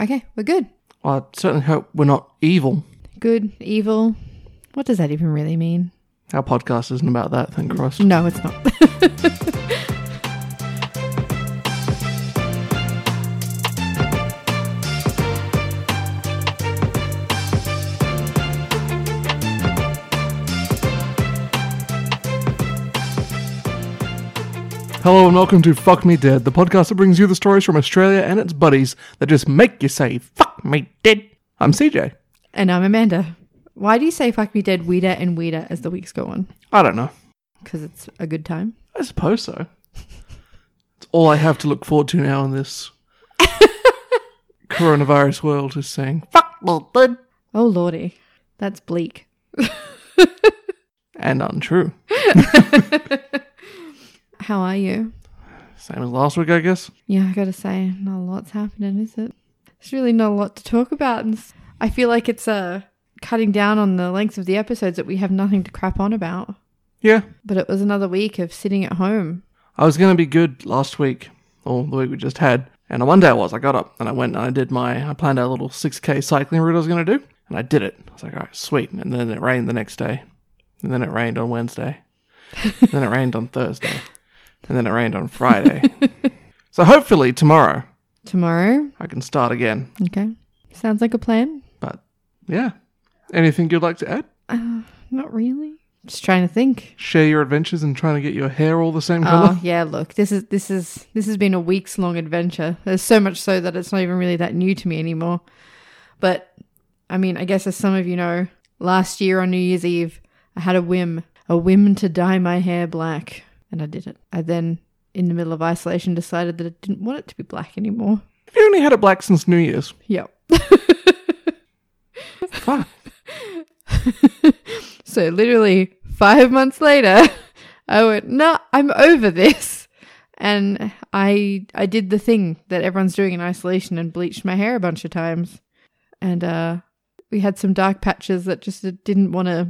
Okay, we're good. I certainly hope we're not evil. Good, evil. What does that even really mean? Our podcast isn't about that, thank Christ. No, it's not. Hello and welcome to Fuck Me Dead, the podcast that brings you the stories from Australia and its buddies that just make you say, Fuck me dead. I'm CJ. and I'm Amanda. Why do you say fuck me dead, weeder, and weeder as the weeks go on? I don't know. Because it's a good time. I suppose so. It's all I have to look forward to now in this coronavirus world is saying, Fuck me dead. Oh, lordy. That's bleak. And untrue. How are you? Same as last week, I guess. Yeah, I gotta say, not a lot's happening, is it? There's really not a lot to talk about. And s- I feel like it's uh, cutting down on the length of the episodes that we have nothing to crap on about. Yeah. But it was another week of sitting at home. I was going to be good last week, or the week we just had, and on one day I was. I got up and I went and I did my, I planned out a little 6K cycling route I was going to do, and I did it. I was like, all right, sweet. And then it rained the next day, and then it rained on Wednesday, and then it rained on Thursday, and then it rained on Friday. so hopefully tomorrow Tomorrow. I can start again. Okay. Sounds like a plan. But yeah. Anything you'd like to add? Uh, not really. Just trying to think. Share your adventures in trying to get your hair all the same color? Oh yeah, look, this is this is this has been a weeks long adventure. There's so much so that it's not even really that new to me anymore. But I mean, I guess as some of you know, last year on New Year's Eve, I had a whim, a whim to dye my hair black, and I did it. I then in the middle of isolation decided that I didn't want it to be black anymore. Have you only had it black since New Year's? Yep. Fuck. So literally five months later, I went, no, I'm over this. And I I did the thing that everyone's doing in isolation and bleached my hair a bunch of times. And uh, we had some dark patches that just didn't want to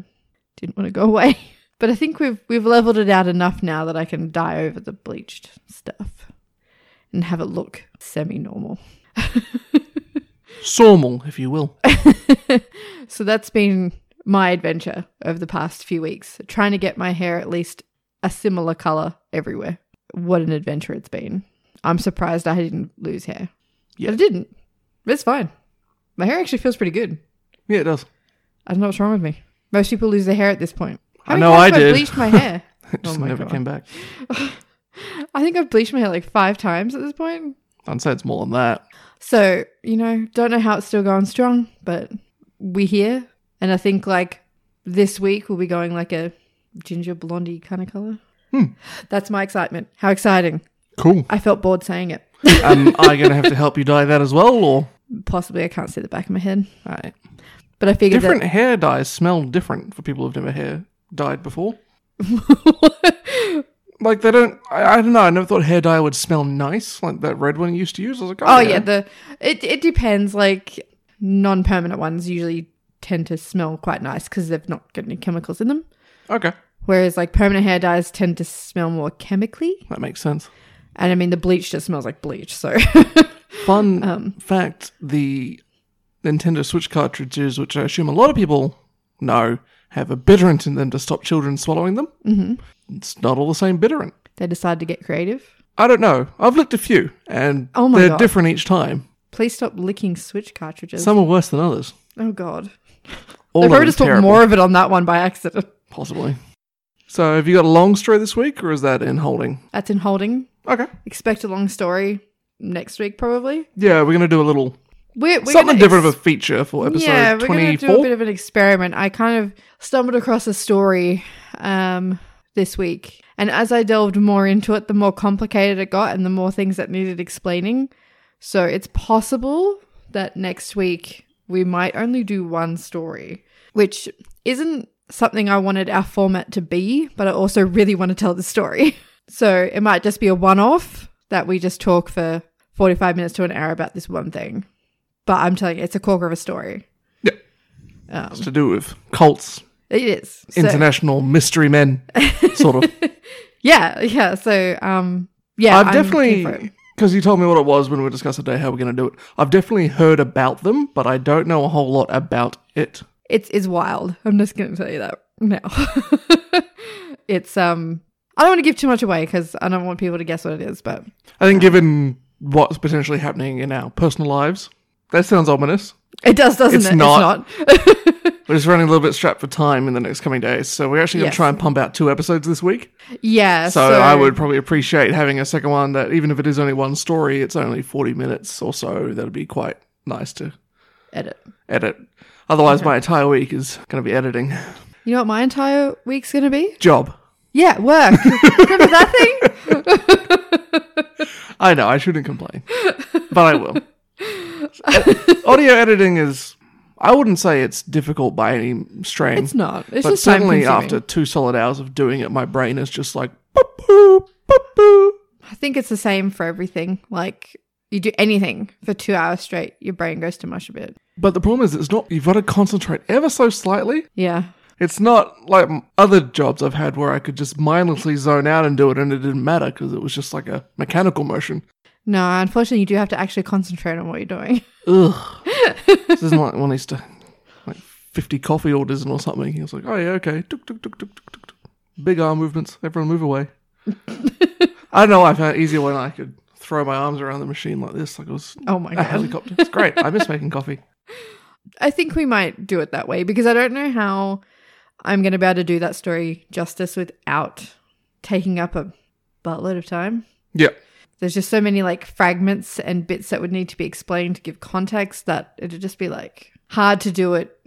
didn't want to go away. But I think we've we've leveled it out enough now that I can dye over the bleached stuff and have it look semi-normal. Sormal, if you will. So that's been my adventure over the past few weeks, trying to get my hair at least a similar color everywhere. What an adventure it's been. I'm surprised I didn't lose hair. Yeah. But I didn't. It's fine. My hair actually feels pretty good. Yeah, it does. I don't know what's wrong with me. Most people lose their hair at this point. I mean, know half I of did. bleached my hair. It just Oh my never God. came back. I think I've bleached my hair like five times at this point. I'd say it's more than that. So, you know, don't know how it's still going strong, but we're here. And I think like this week we'll be going like a ginger blondie kind of color. Hmm. That's my excitement. How exciting. Cool. I felt bored saying it. Am I going to have to help you dye that as well, or Possibly I can't see the back of my head, Aye. but I figured different hair dyes smell different for people who've never hair dyed before? that. Like they don't. I, I don't know. I never thought hair dye would smell nice, like that red one you used to use. I was like, oh, oh yeah, the it it depends. Like non-permanent ones usually tend to smell quite nice because they've not got any chemicals in them. okay, Whereas like permanent hair dyes tend to smell more chemically. that makes sense. And I mean, the bleach just smells like bleach. So, Fun Um, fact: the Nintendo Switch cartridges, which I assume a lot of people know, have a bitterant in them to stop children swallowing them. Mhm. It's not all the same bitterant. they decide to get creative. I don't know. I've looked a few, and Oh my they're God. different each time. Please stop licking Switch cartridges. Some are worse than others. oh, God. All they probably of them just put terrible, more of it on that one by accident. possibly. So, have you got a long story this week, or is that in holding? That's in holding. Okay. Expect a long story next week, probably. Yeah, we're gonna do a little We're, we're something gonna different ex- of a feature for episode yeah, we're going to do a twenty-four. bit of an experiment. I kind of stumbled across a story um, this week. And as I delved more into it, the more complicated it got and the more things that needed explaining. So it's possible that next week we might only do one story, which isn't something I wanted our format to be, but I also really want to tell the story. So it might just be a one off that we just talk for 45 minutes to an hour about this one thing. But I'm telling you, it's a corker of a story. Yeah. Um, to do with cults, it is. So- international mystery men, sort of. yeah, yeah. So, um, yeah. I've I'm keen for definitely it. Because you told me what it was when we discussed today how we're going to do it. I've definitely heard about them, but I don't know a whole lot about it. It's is wild. I'm just gonna tell you that now. it's um I don't want to give too much away because I don't want people to guess what it is, but I think, given what's potentially happening in our personal lives, that sounds ominous. it does, doesn't It's it? not. It's not. We're just running a little bit strapped for time in the next coming days, so we're actually going to Yes. try and pump out two episodes this week. yeah. So, I would probably appreciate having a second one that, even if it is only one story, it's only 40 minutes or so. That'd be quite nice to edit. edit. Otherwise, my entire week is going to be editing. You know what my entire week's gonna be? Job. Yeah, work. Remember that thing? I know, I shouldn't complain, but I will. Audio editing is, I wouldn't say it's difficult by any strain. It's not. It's but just time certainly after consuming. two solid hours of doing it, my brain is just like, boop, boop, boop, boop. I think it's the same for everything. Like you do anything for two hours straight, your brain goes to mush a bit. But the problem is, it's not, you've got to concentrate ever so slightly. Yeah. It's not like m- other jobs I've had where I could just mindlessly zone out and do it and it didn't matter because it was just like a mechanical motion. No, unfortunately, you do have to actually concentrate on what you're doing. Ugh. this isn't like one needs to, like 50 coffee orders and or something. He was like, oh yeah, okay. Tuk, tuk, tuk, tuk, tuk, tuk, tuk. Big arm movements. Everyone move away. I know. I found it easier when I could throw my arms around the machine like this. Like it was Oh my a god. helicopter. It's great. I miss making coffee. I think we might do it that way because I don't know how I'm going to be able to do that story justice without taking up a buttload of time. Yeah. There's just so many like fragments and bits that would need to be explained to give context that it'd just be like hard to do it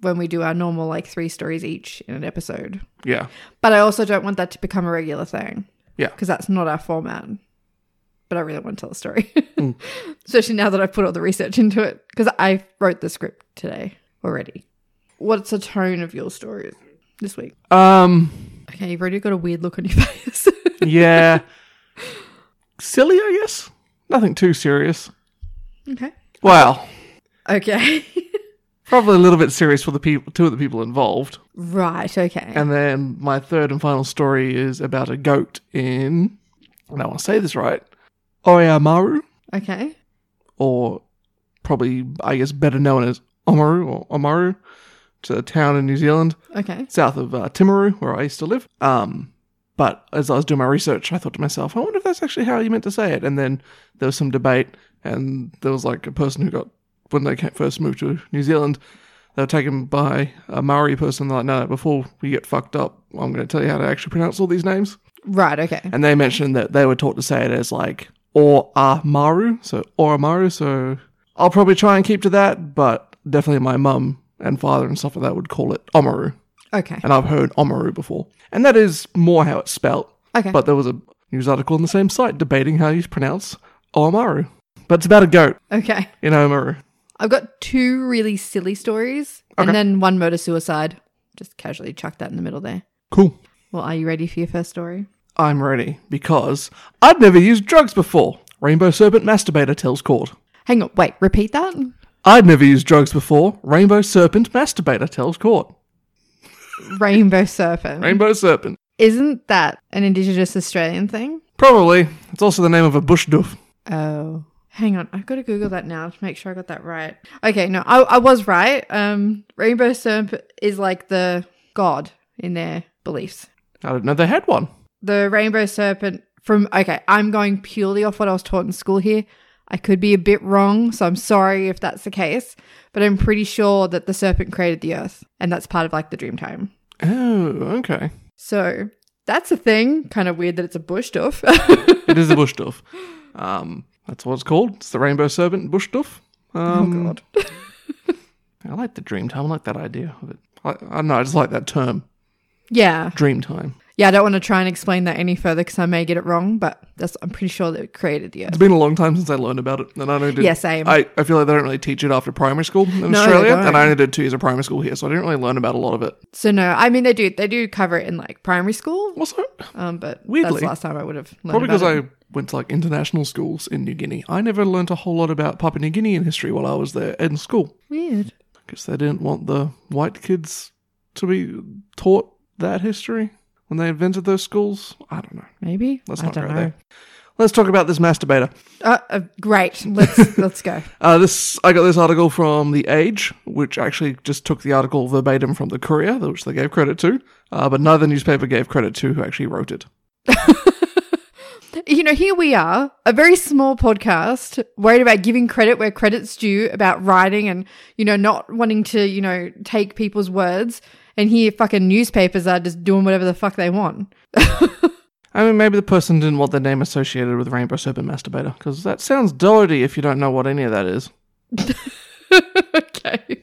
when we do our normal like three stories each in an episode. Yeah. But I also don't want that to become a regular thing. Yeah. Because that's not our format. But I really want to tell a story. Hmm. Especially now that I've put all the research into it. Because I wrote the script today already. What's the tone of your story this week? Um. Okay, you've already got a weird look on your face. Yeah. Silly, I guess. Nothing too serious. okay. Well, Okay. probably a little bit serious for the people, two of the people involved. right, okay. And then my third and final story is about a goat in, and I want to say this right, Oyamaru, okay. or probably, I guess, better known as Omaru or Omaru. It's a town in New Zealand, Okay. south of uh, Timaru, where I used to live. Um, but as I was doing my research, I thought to myself, I wonder if that's actually how you meant to say it. And then there was some debate, and there was like a person who got, when they ca- first moved to New Zealand, they were taken by a Maori person. They're like, no, before we get fucked up, I'm going to tell you how to actually pronounce all these names. Right, okay. And they mentioned that they were taught to say it as like or amaru, so or amaru. So I'll probably try and keep to that, but definitely my mum and father and stuff like that would call it omaru Okay. and I've heard Omaru before. And that is more how it's spelt. Okay. But there was a news article on the same site debating how you pronounce Omaru. But it's about a goat Okay. in Omaru. I've got two really silly stories Okay. and then one murder suicide. Just casually chuck that in the middle there. Cool. Well, are you ready for your first story? I'm ready because I'd never used drugs before. Rainbow Serpent Masturbator tells court. Hang on, wait, repeat that? I'd never used drugs before. Rainbow Serpent Masturbator tells court. Rainbow serpent. Rainbow Serpent. Isn't that an Indigenous Australian thing? Probably. It's also the name of a bush doof. Oh. Hang on, I've got to Google that now to make sure I got that right. Okay, no, I, I was right. Um, Rainbow serpent is like the god in their beliefs. I didn't know they had one. The rainbow serpent from, okay, I'm going purely off what I was taught in school here. I could be a bit wrong, so I'm sorry if that's the case, but I'm pretty sure that the serpent created the earth, and that's part of like the dream time. Oh, okay. So that's a thing. Kind of weird that it's a bush doof. it is a bush dove. Um, that's what it's called. It's the rainbow serpent bush dove. Um, God. I like the dream time. I like that idea of it. I, I don't know. I just like that term, yeah. dream time. Yeah, I don't want to try and explain that any further because I may get it wrong, but that's I'm pretty sure that it created the It's earth. been a long time since I learned about it, and I only did. Yeah, same. I, I feel like they don't really teach it after primary school in they Australia, don't. and I only did two years of primary school here, so I didn't really learn about a lot of it. So no, I mean they do they do cover it in like primary school. Also, Um but that's Weirdly. the last time I would have learned. probably because about it. I went to like international schools in New Guinea, I never learnt a whole lot about Papua New Guinean history while I was there in school weird. because they didn't want the white kids to be taught that history when they invented those schools. I don't know. Maybe. Let's I not don't go know. there. let's talk about this masturbator. Uh, uh, great. Let's let's go. Uh, this I got this article from The Age, which actually just took the article verbatim from the Courier, which they gave credit to, uh, but neither newspaper gave credit to who actually wrote it. You know, here we are, a very small podcast, worried about giving credit where credit's due, about writing and, you know, not wanting to, you know, take people's words. And here fucking newspapers are just doing whatever the fuck they want. I mean, maybe the person didn't want their name associated with Rainbow Serpent Masturbator, because that sounds dirty if you don't know what any of that is. okay.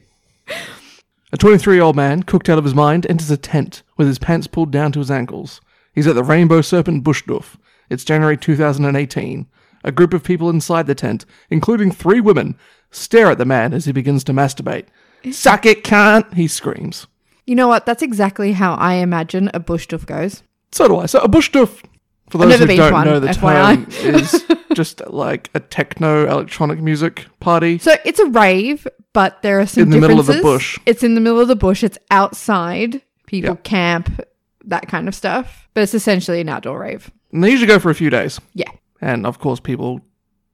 A 23 year old man, cooked out of his mind, enters a tent with his pants pulled down to his ankles. He's at the Rainbow Serpent Bushdorf. It's January 2018. A group of people inside the tent, including three women, stare at the man as he begins to masturbate. Suck it, cunt! He screams. You know what? That's exactly how I imagine a bush duff goes. So do I. So a Bushdorf, for those never who been don't to one, know the FYI. term, is just like a techno electronic music party. So it's a rave, but there are some In the middle of the differences. bush. It's in the middle of the bush. It's outside. People Yeah. camp, that kind of stuff. But it's essentially an outdoor rave. And they usually go for a few days. Yeah. And of course, people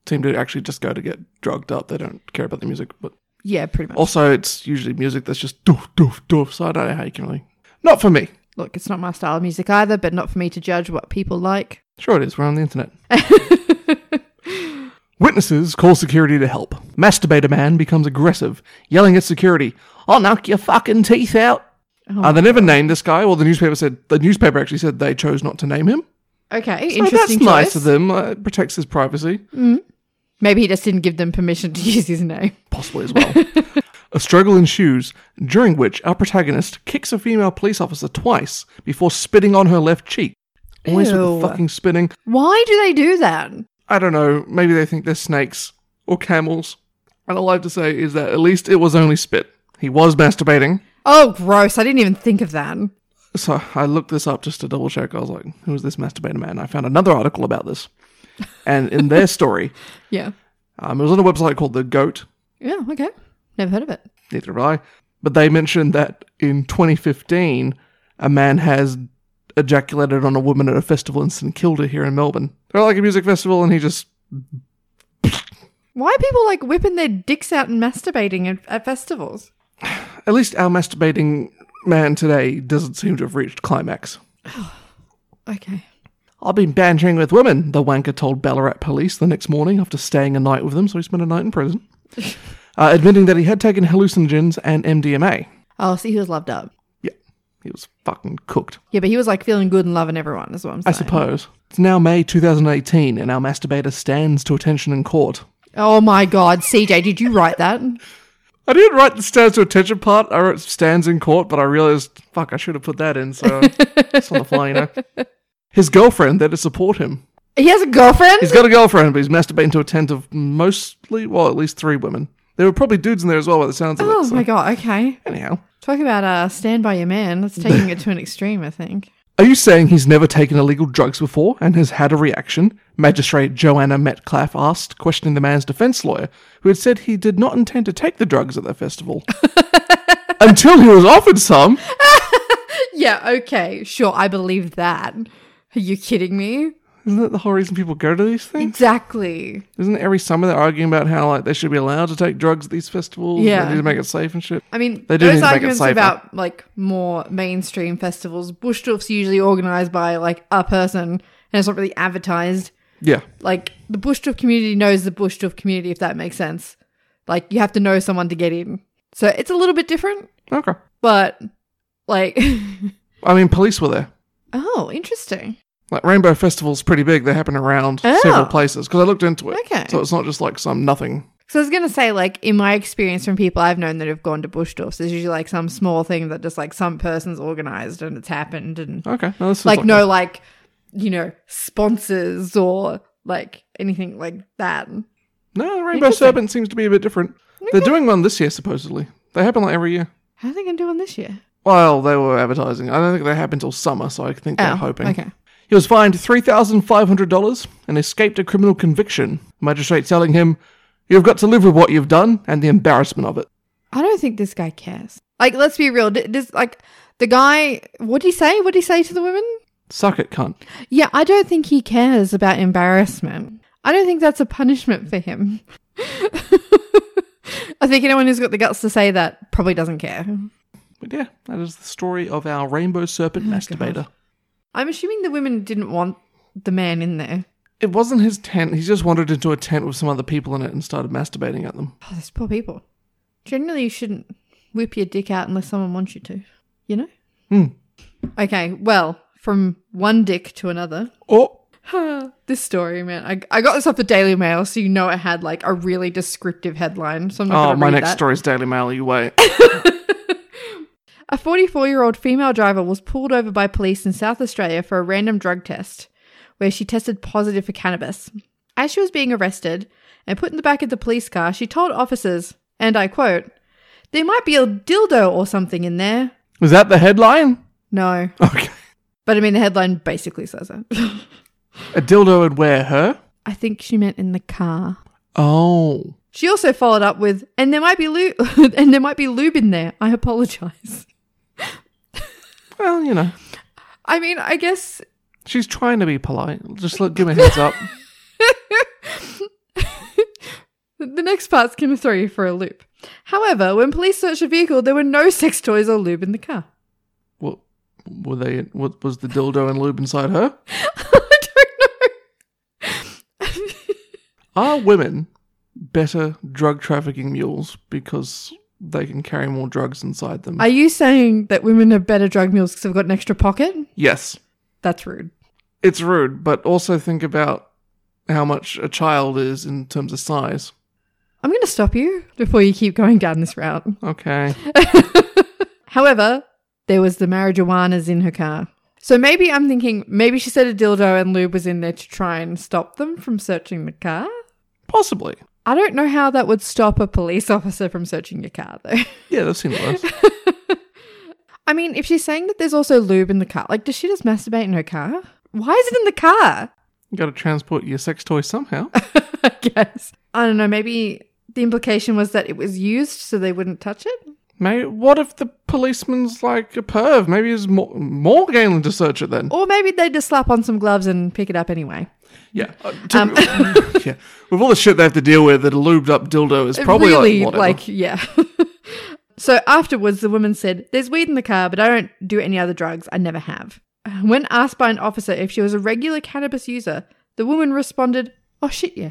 seem to actually just go to get drugged up. They don't care about the music. But Yeah, pretty much. also, it's usually music that's just doof, doof, doof. So I don't know how you can really. Not for me. Look, it's not my style of music either, but not for me to judge what people like. Sure, it is. We're on the internet. Witnesses call security to help. Masturbator man becomes aggressive, yelling at security, I'll knock your fucking teeth out. Oh uh, they never named this guy. Well, the newspaper said the newspaper actually said they chose not to name him. Okay, So that's interesting nice choice. of them. Uh, it protects his privacy. Maybe he just didn't give them permission to use his name. possibly as well. a struggle ensues, during which our protagonist kicks a female police officer twice before spitting on her left cheek. Always with Ew. the fucking spitting. Why do they do that? I don't know. Maybe they think they're snakes or camels. And all I have to say is that at least it was only spit. He was masturbating. Oh, gross! I didn't even think of that. So I looked this up just to double check. I was like, who is this masturbator man? I found another article about this. And in their story, Yeah. um, it was on a website called The Goat. Yeah. Okay. Never heard of it. neither have I. But they mentioned that in 2015, a man has ejaculated on a woman at a festival in St Kilda here in Melbourne. They're like a music festival, and he just Why are people like whipping their dicks out and masturbating at, at festivals? at least our masturbating man today doesn't seem to have reached climax. Okay. I've been bantering with women, the wanker told Ballarat police the next morning after staying a night with them, so he spent a night in prison, uh, admitting that he had taken hallucinogens and MDMA. Oh, see, he was loved up. Yeah, he was fucking cooked. Yeah, but he was like feeling good and loving everyone. Is what I'm I saying. suppose. It's now May 2018, and our masturbator stands to attention in court. Oh my God, CJ, did you write that? I didn't write the stands to attention part. I wrote stands in court, but I realized, fuck, I should have put that in. So it's on the fly, you know. His girlfriend there to support him. He has a girlfriend. He's got a girlfriend, but he's masturbating to a tent of mostly, well, at least three women. There were probably dudes in there as well, by the sounds of it. oh so- my God. Okay. Anyhow, Talk about uh, stand by your man. That's taking it to an extreme, I think. are you saying he's never taken illegal drugs before and has had a reaction? Magistrate Joanna Metcalf asked, questioning the man's defense lawyer, who had said he did not intend to take the drugs at the festival. Until he was offered some. Yeah. Okay. Sure. I believe that. Are you kidding me? Isn't that the whole reason people go to these things? Exactly. Isn't it every summer they're arguing about how like they should be allowed to take drugs at these festivals? Yeah. They need to make it safe and shit. I mean, They do those need to make it arguments safer. about like more mainstream festivals. Bushdoof's usually organized by like a person, and it's not really advertised. Yeah. Like the Bushdoof community knows the Bushdoof community, if that makes sense. Like you have to know someone to get in, so it's a little bit different. Okay. But like, I mean police were there. oh, interesting. Like Rainbow Festival's pretty big. They happen around Oh. several places because I looked into it. Okay. So it's not just like some nothing. So I was gonna say, like, in my experience from people I've known that have gone to Bushdorfs, there's usually like some small thing that just like some person's organized and it's happened, and Okay. No, this is like no, like you know, sponsors or like anything like that. No, Rainbow Interesting. Serpent seems to be a bit different. They're doing one this year supposedly. They happen like every year. How are they gonna do one this year? Well, they were advertising. I don't think they happen till summer, so I think they're Oh, hoping. Okay. He was fined three thousand five hundred dollars and escaped a criminal conviction. Magistrate telling him, "You've got to live with what you've done and the embarrassment of it." I don't think this guy cares. Like, let's be real. This, like, the guy. What did he say? What did he say to the women? Suck it, cunt. Yeah, I don't think he cares about embarrassment. I don't think that's a punishment for him. I think anyone who's got the guts to say that probably doesn't care. But yeah, that is the story of our rainbow serpent Oh masturbator. I'm assuming the women didn't want the man in there. It wasn't his tent. He just wandered into a tent with some other people in it and started masturbating at them. Oh, those poor people. Generally, you shouldn't whip your dick out unless someone wants you to, you know? Hmm. Okay, well, from one dick to another. Oh, this story, man. I, I got this off the Daily Mail, so you know it had like a really descriptive headline. So I'm not oh gonna my read next that. story is Daily Mail. You wait. A 44 year old female driver was pulled over by police in South Australia for a random drug test, where she tested positive for cannabis. As she was being arrested and put in the back of the police car, she told officers, and I quote, There might be a dildo or something in there. Was that the headline? No. Okay. But I mean, the headline basically says it. A dildo would wear her? I think she meant in the car. Oh. She also followed up with, "And there might be lube, and there might be lube in there. I apologize." Well, you know. I mean, I guess She's trying to be polite. Just let, give me a heads up. the next part's going to throw you for a loop. However, when police searched the vehicle, there were no sex toys or lube in the car. What were they? What was the dildo and lube inside her? I don't Are women better drug trafficking mules because they can carry more drugs inside them? know. Are you saying that women are better drug mules because they've got an extra pocket? yes, That's rude. it's rude, but also think about how much a child is in terms of size. I'm going to stop you before you keep going down this route. Okay, However, there was the marijuana's in her car. So maybe I'm thinking maybe she said a dildo and lube was in there to try and stop them from searching the car. possibly. I don't know how that would stop a police officer from searching your car though. Yeah, they've seen worse. I mean, if she's saying that there's also lube in the car, like does she just masturbate in her car? Why is it in the car? you got to transport your sex toy somehow. I guess. I don't know, maybe the implication was that it was used so they wouldn't touch it? Maybe, what if the policeman's like a perv? Maybe it's more, more Galen to search it then. Or maybe they just slap on some gloves and pick it up anyway. Yeah. Uh, to- yeah. With all the shit they have to deal with, that a lubed up dildo is probably really like, like, like yeah. so afterwards, the woman said, "There's weed in the car, but I don't do any other drugs. I never have." When asked by an officer if she was a regular cannabis user, the woman responded, "Oh shit, yeah."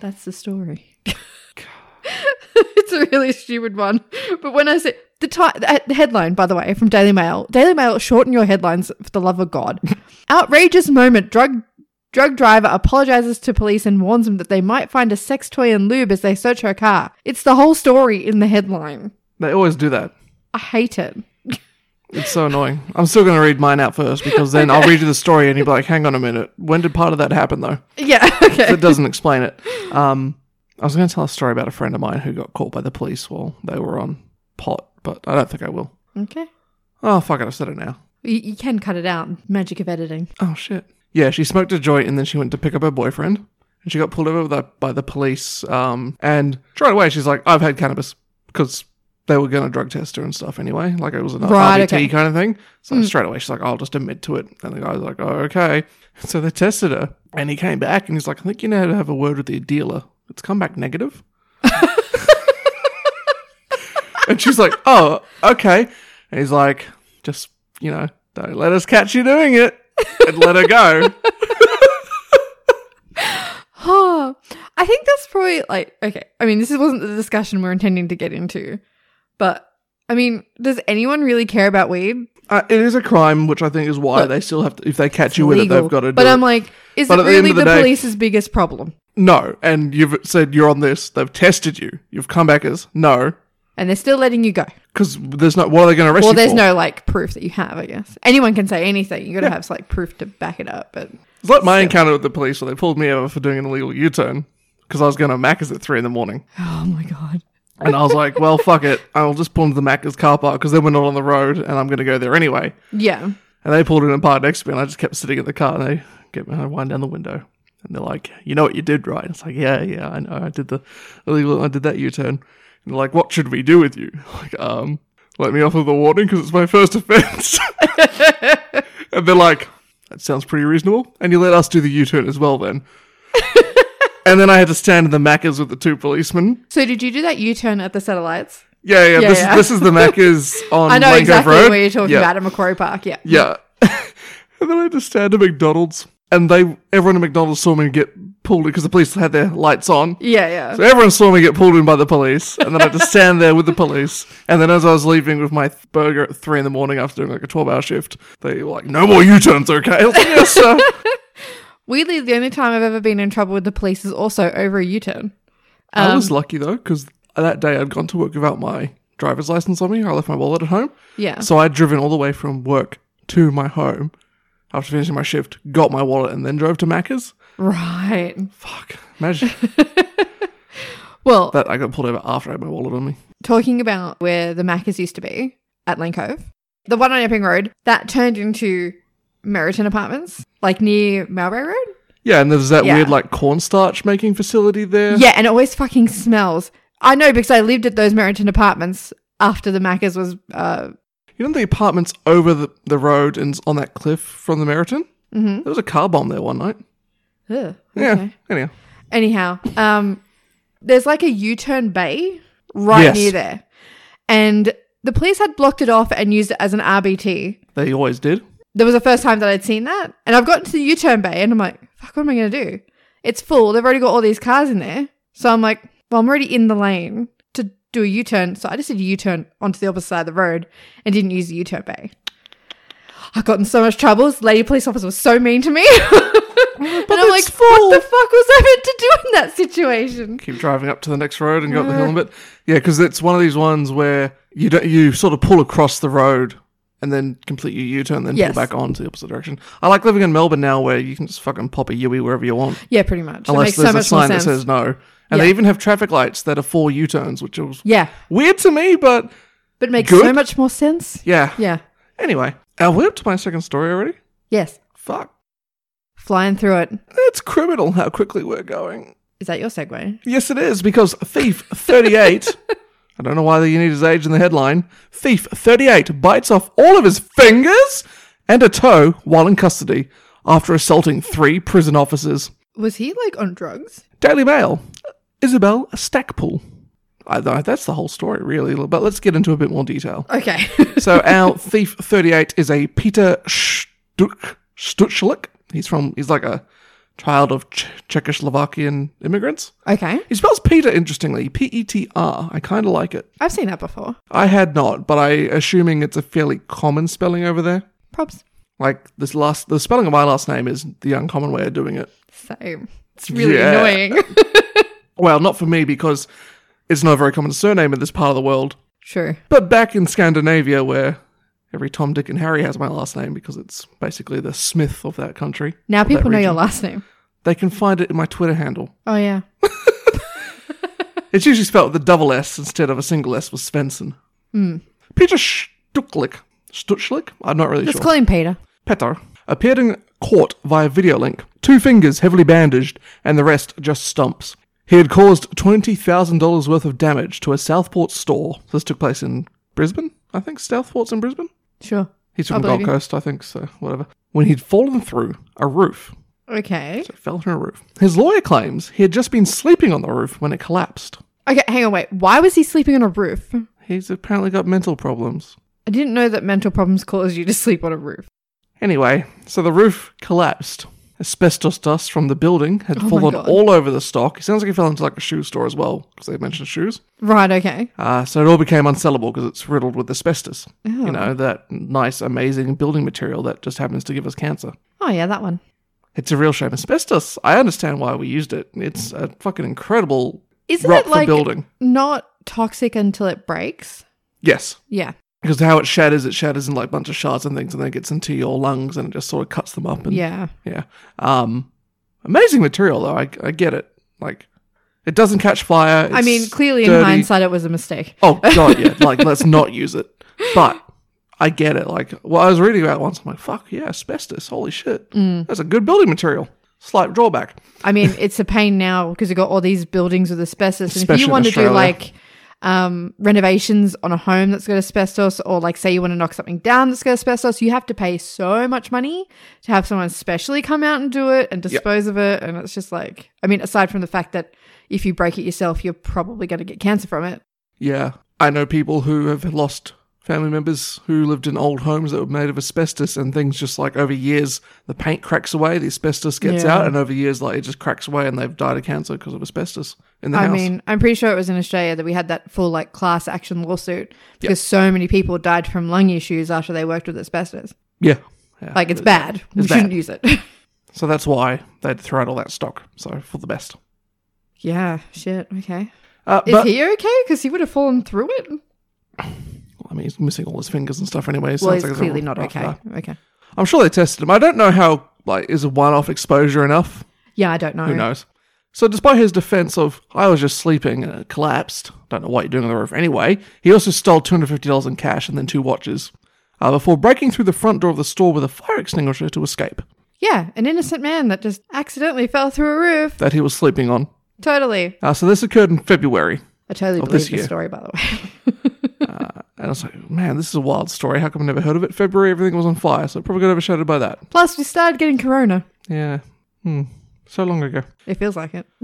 That's the story. it's a really stupid one, but when I say the, ti- the he- the headline, by the way, from Daily Mail. Daily Mail, shorten your headlines for the love of God. Outrageous moment. Drug Drug driver apologizes to police and warns them that they might find a sex toy and lube as they search her car. It's the whole story in the headline. they always do that. I hate it. It's so annoying. I'm still going to read mine out first because then I'll read you the story and you'll be like, hang on a minute. When did part of that happen though? Yeah, okay. That doesn't explain it. Um, I was going to tell a story about a friend of mine who got caught by the police while they were on pot, but I don't think I will. Okay. Oh, fuck it. I've said it now. You, you can cut it out. Magic of editing. Oh, shit. Yeah, she smoked a joint and then she went to pick up her boyfriend and she got pulled over by the, by the police. Um, and straight away, she's like, I've had cannabis because they were going to drug test her and stuff anyway. Like it was an Right, RBT okay. kind of thing. So straight away, she's like, I'll just admit to it. And the guy's like, oh, okay. So they tested her and he came back and he's like, I think you know how to have a word with your dealer. It's come back negative. and she's like, oh, okay. And he's like, just, you know, don't let us catch you doing it and let her go. Huh. I think that's probably like, okay. I mean, this wasn't the discussion we're intending to get into, but I mean, does anyone really care about weed? Uh, it is a crime, which I think is why Look, they still have to, if they catch you with it, Legal. they've got to do But I'm it. like, is But it at the end really of the, the day- police's biggest problem? no. And you've said you're on this, they've tested you, you've come back as no. And they're still letting you go. Because there's no, what are they going to arrest Well, you there's for? no like proof that you have, I guess. Anyone can say anything. You got to have like proof to back it up. But it's like my encounter with the police where they pulled me over for doing an illegal U turn because I was going to Macca's at three in the morning. oh my god, And I was like, well, fuck it. I'll just pull into the Macca's car park because then we're not on the road and I'm going to go there anyway. yeah, And they pulled in and parked next to me, and I just kept sitting in the car. And they get me, I wind down the window, and they're like, "You know what you did, right?" It's like, "Yeah, yeah, I know. I did the illegal. I did that U-turn." And they're like, "What should we do with you?" Like, um, let me off with a warning because it's my first offense. and they're like, that sounds pretty reasonable. And you let us do the U turn as well then. and then I had to stand in the Maccas with the two policemen. So did you do that U turn at the satellites? Yeah, yeah, Yeah, this, yeah. Is, this is the Maccas on I know Langgrove exactly Road. what you're talking yeah. about at Macquarie Park. Yeah. Yeah. and then I had to stand at McDonald's. And they, everyone at McDonald's saw me get pulled because the police had their lights on. Yeah, yeah. So everyone saw me get pulled in by the police, and then I had to stand there with the police. And then as I was leaving with my th- burger at three in the morning after doing like a twelve-hour shift, they were like, "No more U-turns, okay?" I was like, yes, sir. Weirdly, the only time I've ever been in trouble with the police is also over a U turn. I was lucky though, because that day I'd gone to work without my driver's license on me. I left my wallet at home, Yeah. so I'd driven all the way from work to my home after finishing my shift, got my wallet, and then drove to Macca's. Right. Fuck, imagine Well, that I got pulled over after I had my wallet on me. talking about where the Maccas used to be at Lane Cove, the one on Epping Road, that turned into Meriton Apartments, like near Mowbray Road. Yeah, and there's that Yeah. weird like cornstarch making facility there. Yeah, and it always fucking smells. I know because I lived at those Meriton Apartments after the Maccas was. Uh, You know the apartments over the, the road and on that cliff from the Meriton? Mhm. There was a car bomb there one night. ugh, Yeah. okay. Anyhow. Anyhow, um, there's like a U-turn bay right Yes. near there, and the police had blocked it off and used it as an RBT. They always did. There was the first time that I'd seen that, and I've gotten to the U-turn bay, and I'm like, "Fuck, what am I gonna do? It's full. They've already got all these cars in there." So I'm like, "Well, I'm already in the lane to do a U-turn." So I just did a U-turn onto the opposite side of the road and didn't use the U-turn bay. I got in so much trouble. This lady police officer was so mean to me. and I'm like, it's what the fuck was I meant to do in that situation? Keep driving up to the next road and go up the hill a bit. Yeah, because it's one of these ones where you don't, you sort of pull across the road and then complete your U turn, then Yes. pull back on to the opposite direction. I like living in Melbourne now where you can just fucking pop a Yui wherever you want. Yeah, pretty much. That Unless makes so there's a much more sign that sense. says no. And they Yeah. even have traffic lights that are four U turns, which was yeah, weird to me, but but it makes Good. so much more sense. yeah. Yeah. Anyway, uh, we're up to my second story already. Yes. Fuck. Flying through it. It's criminal how quickly we're going. Is that your segue? Yes, it is, because Thief 38, I don't know why you need his age in the headline, Thief 38 bites off all of his fingers and a toe while in custody after assaulting three prison officers. Was he like on drugs? Daily Mail, Isabel Stackpool. I, that's the whole story, really, but let's get into a bit more detail. Okay. So our thief 38 is a Peter Stuck, Stuchlik. He's from he's like a child of Ch- Czechoslovakian immigrants. okay. He spells Peter interestingly, P E T R. I kind of like it. I've seen that before. I had not, but I assuming it's a fairly common spelling over there. Props. Like this last the spelling of my last name is the uncommon way of doing it. Same. It's really Yeah. annoying. Well, not for me because it's not a very common surname in this part of the world. True. But back in Scandinavia, where every Tom, Dick, and Harry has my last name because it's basically the Smith of that country, Now people know your region. last name. they can find it in my Twitter handle. Oh yeah. It's usually spelled with a double S instead of a single S with Svensson. Hmm. Peter Stuchlik, Stuchlik? I'm not really Let's sure. call him Peter. Petter appeared in court via video link, two fingers heavily bandaged and the rest just stumps. He had caused $20,000 worth of damage to a Southport store. This took place in Brisbane, I think. Southport's in Brisbane? Sure. He's I from the believe Gold Coast, I think, so whatever. When he'd fallen through a roof, Okay. so fell through a roof. His lawyer claims he had just been sleeping on the roof when it collapsed. Okay, hang on, wait. Why was he sleeping on a roof? He's apparently got mental problems. I didn't know that mental problems cause you to sleep on a roof. Anyway, so the roof collapsed. Asbestos dust from the building had Oh my fallen God. all over the stock. It sounds like he fell into like a shoe store as well, because they mentioned shoes. Right, okay. Uh, so it all became unsellable because it's riddled with asbestos. Oh. You know, that nice, amazing building material that just happens to give us cancer. Oh yeah, that one. It's a real shame. Asbestos, I understand why we used it. It's a fucking incredible Isn't rock it like for building. not toxic until it breaks? Yes. Yeah. Because how it shatters, it shatters in like a bunch of shards and things and then it gets into your lungs and it just sort of cuts them up. And, Yeah. Yeah. Um, amazing material, though. I, I get it. Like, it doesn't catch fire. I it's mean, clearly in dirty. hindsight, it was a mistake. Oh, God, yeah. Like, let's not use it. But I get it. Like, what I was reading about once, I'm like, fuck, yeah, asbestos. Holy shit. Mm. That's a good building material. Slight drawback. I mean, it's a pain now because you've got all these buildings with asbestos. And if Especially you in want to do Australia. like um, renovations on a home that's got asbestos, or like say you want to knock something down that's got asbestos, you have to pay so much money to have someone specially come out and do it and dispose of it. And it's just like, I mean, aside from the fact that if you break it yourself, you're probably going to get cancer from it. Yeah. I know people who have lost family members who lived in old homes that were made of asbestos and things just like over years the paint cracks away, the asbestos gets Yeah. out, and over years like it just cracks away and they've died of cancer because of asbestos in the I house. mean, I'm pretty sure it was in Australia that we had that full like class action lawsuit because so many people died from lung issues after they worked with asbestos. yeah. yeah. Like it's bad. we Uh, it's shouldn't bad. use it. so that's why they'd throw out all that stock. So for the best. yeah. Shit. Okay. Uh, Is but he okay? Because he would have fallen through it. I mean, he's missing all his fingers and stuff anyway. so well, it's he's like it's clearly all not rough okay. there. Okay. I'm sure they tested him. I don't know how like is a one-off exposure enough. Yeah, I don't know. Who knows? So, despite his defense of I was just sleeping and it collapsed, don't know what you're doing on the roof anyway, he also stole $250 in cash and then two watches uh, before breaking through the front door of the store with a fire extinguisher to escape Yeah, an innocent man that just accidentally fell through a roof. that he was sleeping on. Totally. Uh, so, this occurred in February. I totally Oh, this believe year. this story, by the way. And I was like, man, this is a wild story. How come I never heard of it? February, everything was on fire, so it probably got overshadowed by that. Plus, we started getting corona. Yeah. Hmm. So long ago. It feels like it.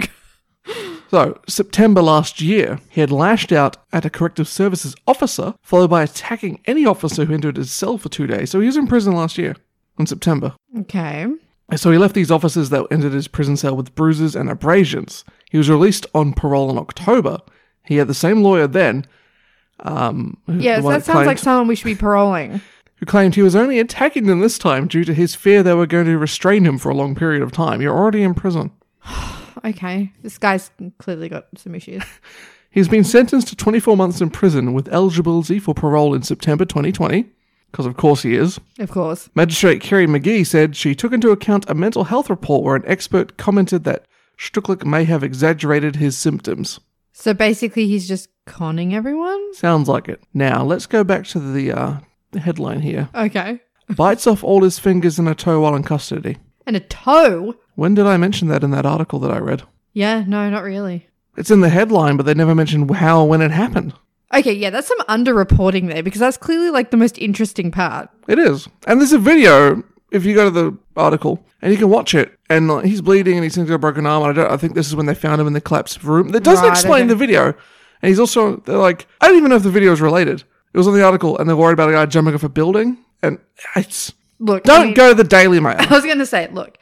So, September last year, he had lashed out at a corrective services officer, followed by attacking any officer who entered his cell for two days. So, he was in prison last year, in September. Okay. And so, he left these officers that entered his prison cell with bruises and abrasions. He was released on parole in October. He had the same lawyer then. Um, who- Yes, the one that sounds claimed, like someone we should be paroling. who claimed he was only attacking them this time due to his fear they were going to restrain him for a long period of time. You're already in prison. Okay. This guy's clearly got some issues. He's been sentenced to 24 months in prison with eligibility for parole in September 2020, because of course he is. Of course. Magistrate Kerry McGee said she took into account a mental health report where an expert commented that Stricklick may have exaggerated his symptoms. So basically, he's just conning everyone? Sounds like it. Now, let's go back to the uh, headline here Okay. Bites off all his fingers and a toe while in custody. And a toe? When did I mention that in that article that I read? Yeah, no, not really. It's in the headline, but they never mentioned how or when it happened. Okay, yeah, that's some underreporting there because that's clearly like the most interesting part. It is. And there's a video if you go to the article and you can watch it. And like, he's bleeding and he's got a broken arm. And I don't. I think this is when they found him in the collapsed room. That doesn't Right, explain okay. the video. And he's also they're like I don't even know if the video is related. It was on the article and they're worried about a guy jumping off a building. And it's Look, I don't mean- go to the Daily Mail. I was going to say, look,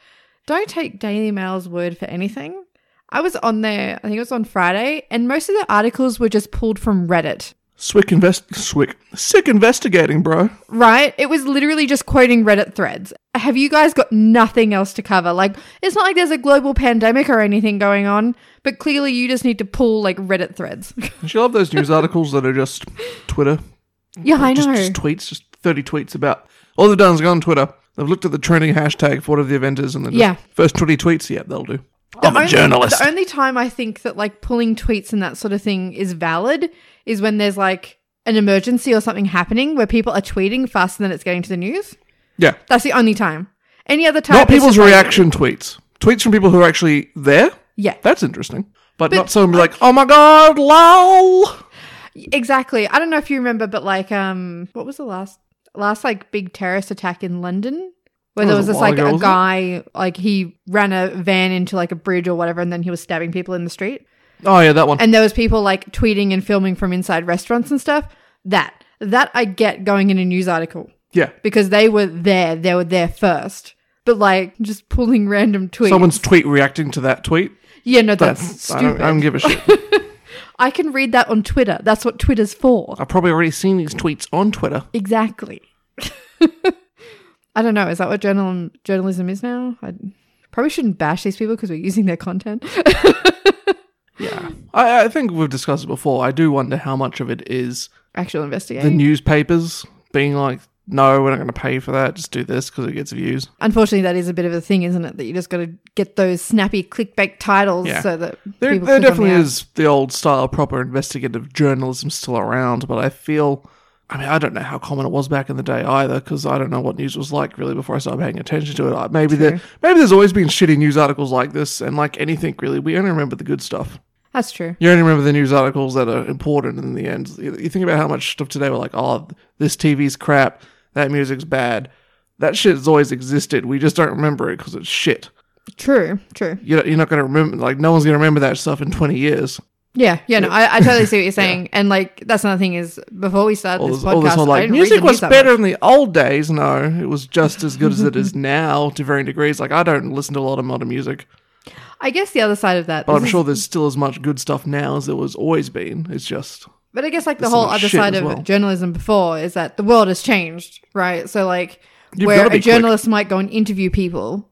don't take Daily Mail's word for anything. I was on there, I think it was on Friday, and most of the articles were just pulled from Reddit, Swick invest Swick sick investigating, bro. right? It was literally just quoting Reddit threads. Have you guys got nothing else to cover? Like, it's not like there's a global pandemic or anything going on, but clearly you just need to pull like Reddit threads. She love those news articles that are just Twitter yeah, I just, know. just tweets, just 30 tweets about all they've done is go on Twitter. They've looked at the trending hashtag for whatever the event is and then just Yeah. first 20 tweets, yeah, they'll do. The I'm a only- journalist. The only time I think that like pulling tweets and that sort of thing is valid is when there's like an emergency or something happening where people are tweeting faster than it's getting to the news. yeah. That's the only time. Any other time, Not it's people's just like- reaction tweets. Tweets from people who are actually there. yeah, That's interesting. But, not someone be like, oh my god, lol. exactly. I don't know if you remember, but like, um, what was the last last like big terrorist attack in London? Where That there was was a this while like ago, a wasn't it? guy, like he ran a van into like a bridge or whatever, and then he was stabbing people in the street. Oh, yeah, that one. and there was people like tweeting and filming from inside restaurants and stuff that that i get going in a news article yeah. because they were there they were there first but like just pulling random tweets Someone's tweet reacting to that tweet. yeah no that's, That's, I, stupid don't, I don't give a shit. I can read that on twitter that's what twitter's for I've probably already seen these tweets on Twitter. exactly i don't know is that what journal- journalism is now i probably shouldn't bash these people because we're using their content Yeah. I, I think we've discussed it before. I do wonder how much of it is actual investigation the newspapers being like, no, we're not going to pay for that. Just do this because it gets views. unfortunately that is a bit of a thing isn't it that you just got to get those snappy clickbait titles Yeah. so that There, people click there on the definitely ad. is the old style proper investigative journalism still around, but I feel, I mean, I don't know how common it was back in the day either because I don't know what news was like really before I started paying attention to it. I- Maybe there, maybe there's always been shitty news articles like this, and like anything really, we only remember the good stuff. That's true. You only remember the news articles that are important in the end. You you think about how much stuff today we're like, oh, this TV's crap, that music's bad. That shit's always existed. We just don't remember it because it's shit. True. True. You're, you're not going to remember, like, no one's going to remember that stuff in 20 years. Yeah. Yeah. No, I, I totally see what you're saying. And like, that's another thing is before we started All this this, podcast, all this whole, I like, didn't music read the was news that better much. in the old days. No, it was just as good as it is now to varying degrees. Like, I don't listen to a lot of modern music, I guess the other side of that. but this I'm is- sure there's still as much good stuff now as there was always been. It's just, But I guess like the There's so whole much other shit side as of well. journalism before is that the world has changed, right? So like You've where gotta a be quick. journalist might go and interview people,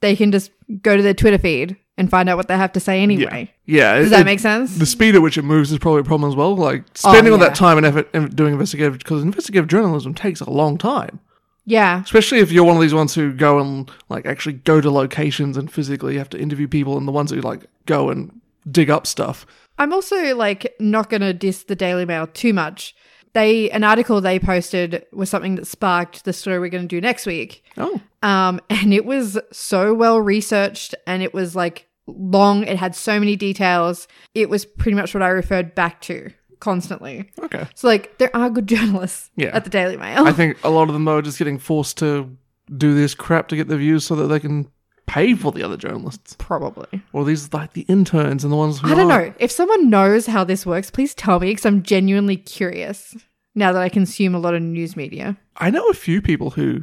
they can just go to their Twitter feed and find out what they have to say anyway. yeah. Does it- that it- make sense? the speed at which it moves is probably a problem as well. Like spending all Oh, yeah. that time and effort in doing investigative because investigative journalism takes a long time, yeah. especially if you're one of these ones who go and like actually go to locations and physically have to interview people, and the ones who like go and dig up stuff. I'm also like not going to diss the Daily Mail too much. They an article they posted was something that sparked the story we're going to do next week. Oh, Um, and it was so well researched and it was like long. It had so many details. It was pretty much what I referred back to constantly. okay. So, like, there are good journalists Yeah. at the Daily Mail. I think a lot of them are just getting forced to do this crap to get the views so that they can pay for the other journalists, Probably. or these like the interns and the ones who I don't aren't. know. If someone knows how this works, please tell me because I'm genuinely curious now that I consume a lot of news media. I know a few people who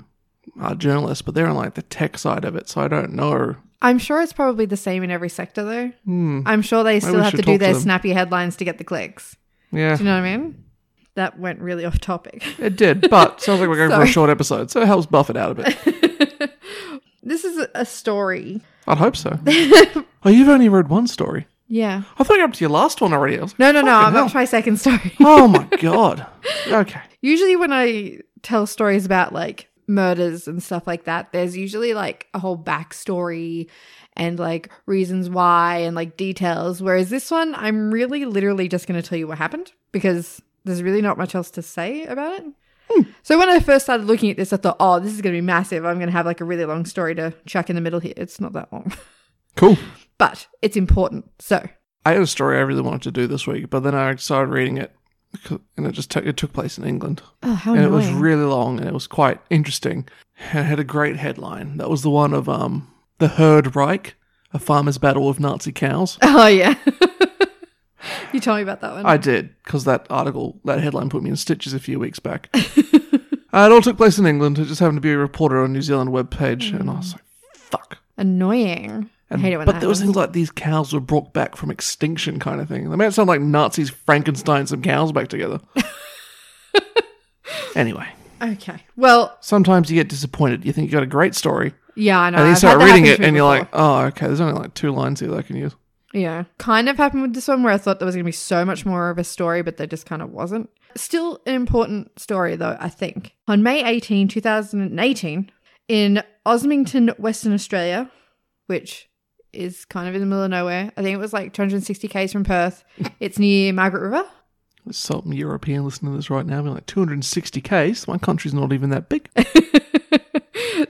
are journalists, but they're on like the tech side of it, so I don't know. I'm sure it's probably the same in every sector, though. Hmm. I'm sure they we still have should to do talk to their them. snappy headlines to get the clicks. Yeah. Do you know what I mean? That went really off topic. It did, but sounds like we're going for Sorry. a short episode, so it helps buff it out a bit. this is a- a story. I'd hope so. oh, you've only read one story. Yeah. I thought you were up to your last one already. I was like, No, no, no. "Fucking I'm hell." up to my second story. Oh my god. Okay. usually, when I tell stories about like murders and stuff like that, there's usually like a whole backstory and like reasons why and like details. Whereas this one, I'm really literally just going to tell you what happened because there's really not much else to say about it. So when I first started looking at this, I thought, oh, this is going to be massive. I'm going to have like a really long story to chuck in the middle here. It's not that long, Cool. but it's important. So I had a story I really wanted to do this week, but then I started reading it, c- and it just took it took place in England, Oh, how and it annoying. was really long, and it was quite interesting, and it had a great headline. That was the one of um the Herd Reich, a farmer's battle with Nazi cows. oh, yeah. you told me about that one. I did, because that article, that headline put me in stitches a few weeks back. uh, it all took place in England. It just happened to be reported on a New Zealand webpage, and I Mm. was like, fuck. annoying. And- I hate it when but that there was happens. things like these cows were brought back from extinction, kind of thing. They made it sound like Nazis Frankenstein some cows back together. anyway, Okay. Well, sometimes you get disappointed. You think you got a great story, yeah, I know. and then you Uh, I've start had that reading happen it, to me and you're before. like, oh, okay, there's only like two lines here that I can use. yeah. Kind of happened with this one where I thought there was going to be so much more of a story, but there just kind of wasn't. Still an important story, though, I think. On May 18, 2018, in Osmington, Western Australia, which is kind of in the middle of nowhere, I think it was like 260 k's from Perth. it's near Margaret River. There's some European listening to this right now, being like 260Ks. My country's not even that big.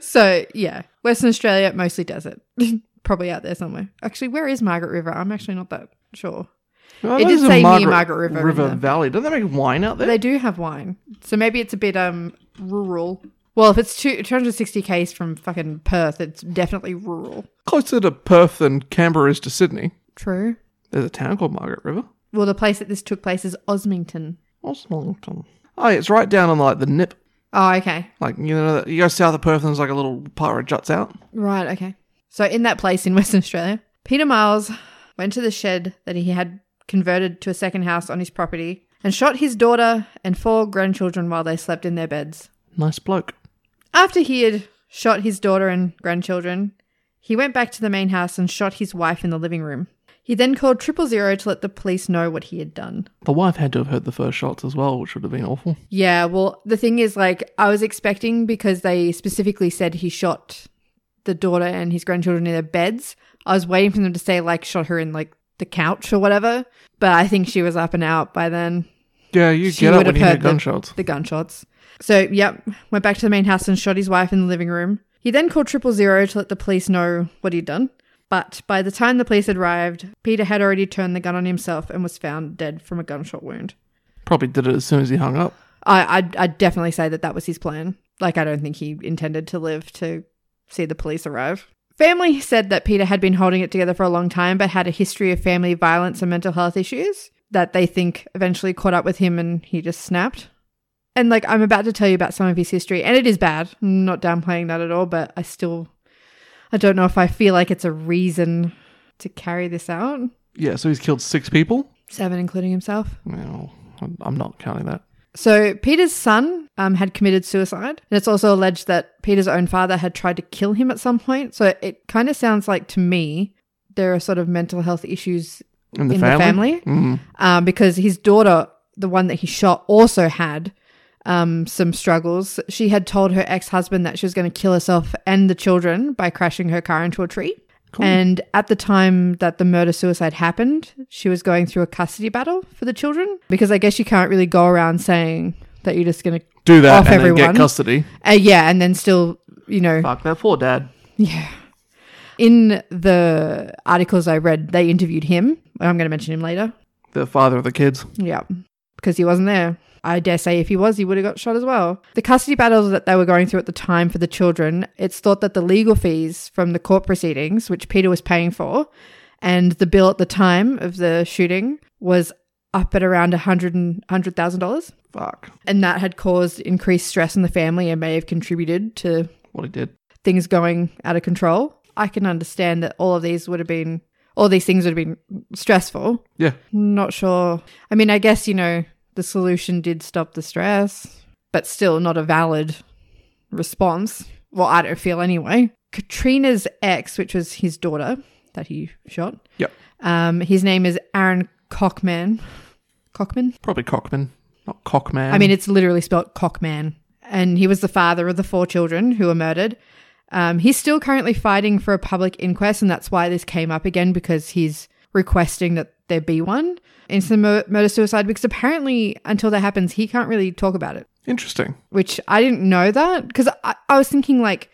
so yeah, Western Australia, mostly desert. Probably out there somewhere. Actually, where is Margaret River? I'm actually not that sure. Well, It that did is a say near Margaret River in there. Valley. Don't they make wine out there? They do have wine, so maybe it's a bit um rural. Well, if it's two, 260 k's from fucking Perth, it's definitely rural. Closer to Perth than Canberra is to Sydney. True. There's a town called Margaret River. Well, the place that this took place is Osmington. Osmolton. Oh, yeah, it's right down on like the nip. Oh, okay. Like you know, that- you go south of Perth and there's like a little part where it juts out. Right, okay. So in that place in Western Australia, Peter Miles went to the shed that he had converted to a second house on his property and shot his daughter and four grandchildren while they slept in their beds. Nice bloke. After he had shot his daughter and grandchildren, he went back to the main house and shot his wife in the living room. He then called triple zero to let the police know what he had done. The wife had to have heard the first shots as well, which would have been awful. Yeah, well, the thing is, like, I was expecting because they specifically said he shot the daughter and his grandchildren in their beds. I was waiting for them to say, like, shot her in, like, the couch or whatever. But I think she was up and out by then, Yeah, you She get up would have when you hear heard the- gunshots. the gunshots. So, yep, went back to the main house and shot his wife in the living room. He then called triple zero to let the police know what he'd done. But by the time the police arrived, Peter had already turned the gun on himself and was found dead from a gunshot wound. Probably did it as soon as he hung up. I, I'd, I'd definitely say that that was his plan. Like, I don't think he intended to live to see the police arrive. Family said that Peter had been holding it together for a long time, but had a history of family violence and mental health issues that they think eventually caught up with him and he just snapped. And, like, I'm about to tell you about some of his history, and it is bad. I'm not downplaying that at all, but I still. I don't know if I feel like it's a reason to carry this out. Yeah, so he's killed six people. Seven, including himself. No, I'm- I'm not counting that. So Peter's son um, had committed suicide, and it's also alleged that Peter's own father had tried to kill him at some point. So it kind of sounds like to me there are sort of mental health issues In the in family. the family Mm. um, because his daughter, the one that he shot, also had um, some struggles. She had told her ex husband that she was going to kill herself and the children by crashing her car into a tree. Cool. And at the time that the murder suicide happened, she was going through a custody battle for the children because I guess you can't really go around saying that you're just going to, Do that Off and then everyone. get custody. uh, yeah, and then still, you know, Fuck that poor dad. yeah. In the articles I read, they interviewed him. I'm going to mention him later. The father of the kids. Yeah, because he wasn't there. I dare say if he was, he would have got shot as well. The custody battles that they were going through at the time for the children, it's thought that the legal fees from the court proceedings, which Peter was paying for, and the bill at the time of the shooting was up at around $100,000. $100,000. Fuck and that had caused increased stress in the family and may have contributed to what he did. things going out of control. I can understand that all of these would have been, all these things would have been stressful. Yeah. Not sure. I mean, I guess, you know, the solution did stop the stress, but still not a valid response. Well, I don't feel anyway. Katrina's ex, which was his daughter that he shot. Yep. Um, his name is Aaron Cockman. Cockman? Probably Cockman, not Cockman. I mean, it's literally spelled Cockman. And he was the father of the four children who were murdered. Um, he's still currently fighting for a public inquest, and that's why this came up again because he's requesting that there be one into the mur- murder suicide. Because apparently, until that happens, he can't really talk about it, interesting. which I didn't know that because I-, I was thinking, like,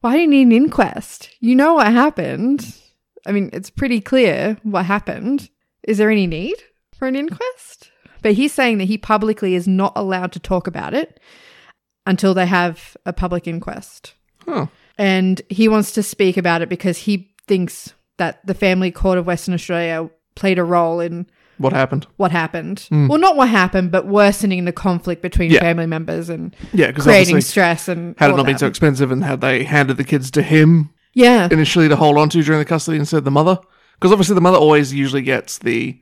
why do you need an inquest? You know what happened. I mean, it's pretty clear what happened. Is there any need for an inquest? But he's saying that he publicly is not allowed to talk about it until they have a public inquest. Huh. And he wants to speak about it because he thinks that the Family Court of Western Australia played a role in What happened? what happened. Mm. Well, not what happened, but worsening the conflict between Yeah. family members and Yeah, because creating obviously stress and had it all not been that. so expensive, and had they handed the kids to him Yeah. initially to hold on to during the custody instead of the mother, because obviously the mother always usually gets the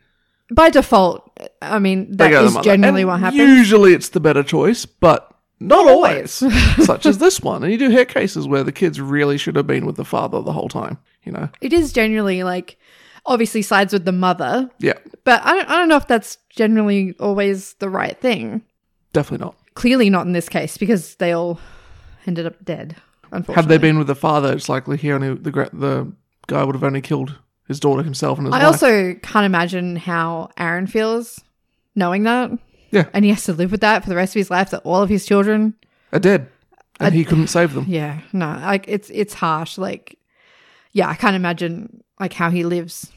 By default, I mean they that go to the is mother. generally And what happens. Usually it's the better choice, but not always. always. such as this one, and you do hear cases where the kids really should have been with the father the whole time. You know. It is generally like obviously sides with the mother, Yeah, but I don't, I don't know if that's generally always the right thing. definitely not. Clearly not in this case because they all ended up dead. Had they Unfortunately, been with the father, it's likely he only the gra- the guy would have only killed his daughter himself and his I wife. also can't imagine how Aaron feels knowing that. Yeah. and he has to live with that for the rest of his life. That all of his children. are dead, and I- he couldn't save them. Yeah, no, like it's it's harsh. Like, yeah, I can't imagine like how he lives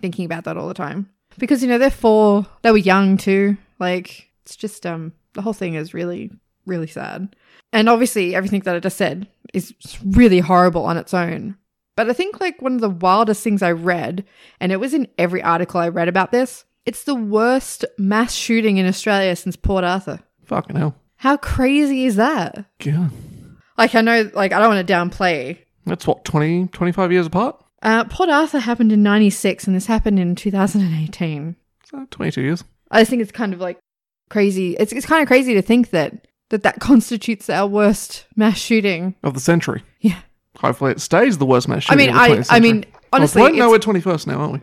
thinking about that all the time because you know they're four. They were young too. Like it's just um the whole thing is really really sad. And obviously everything that I just said is really horrible on its own. But I think like one of the wildest things I read, and it was in every article I read about this. It's the worst mass shooting in Australia since Port Arthur. Fucking hell. How crazy is that? God. Like I know, like I don't want to downplay. That's what, 20, 25 years apart? Uh, Port Arthur happened in '96, and this happened in 2018. So 22 years. I just think it's kind of like crazy. It's it's kind of crazy to think that that that constitutes our worst mass shooting. Of the century. Yeah. Hopefully it stays the worst mass I shooting mean, of the I 20th I century. Oh, mean, Well, honestly, it's- no, it's- we're 21st now, aren't we?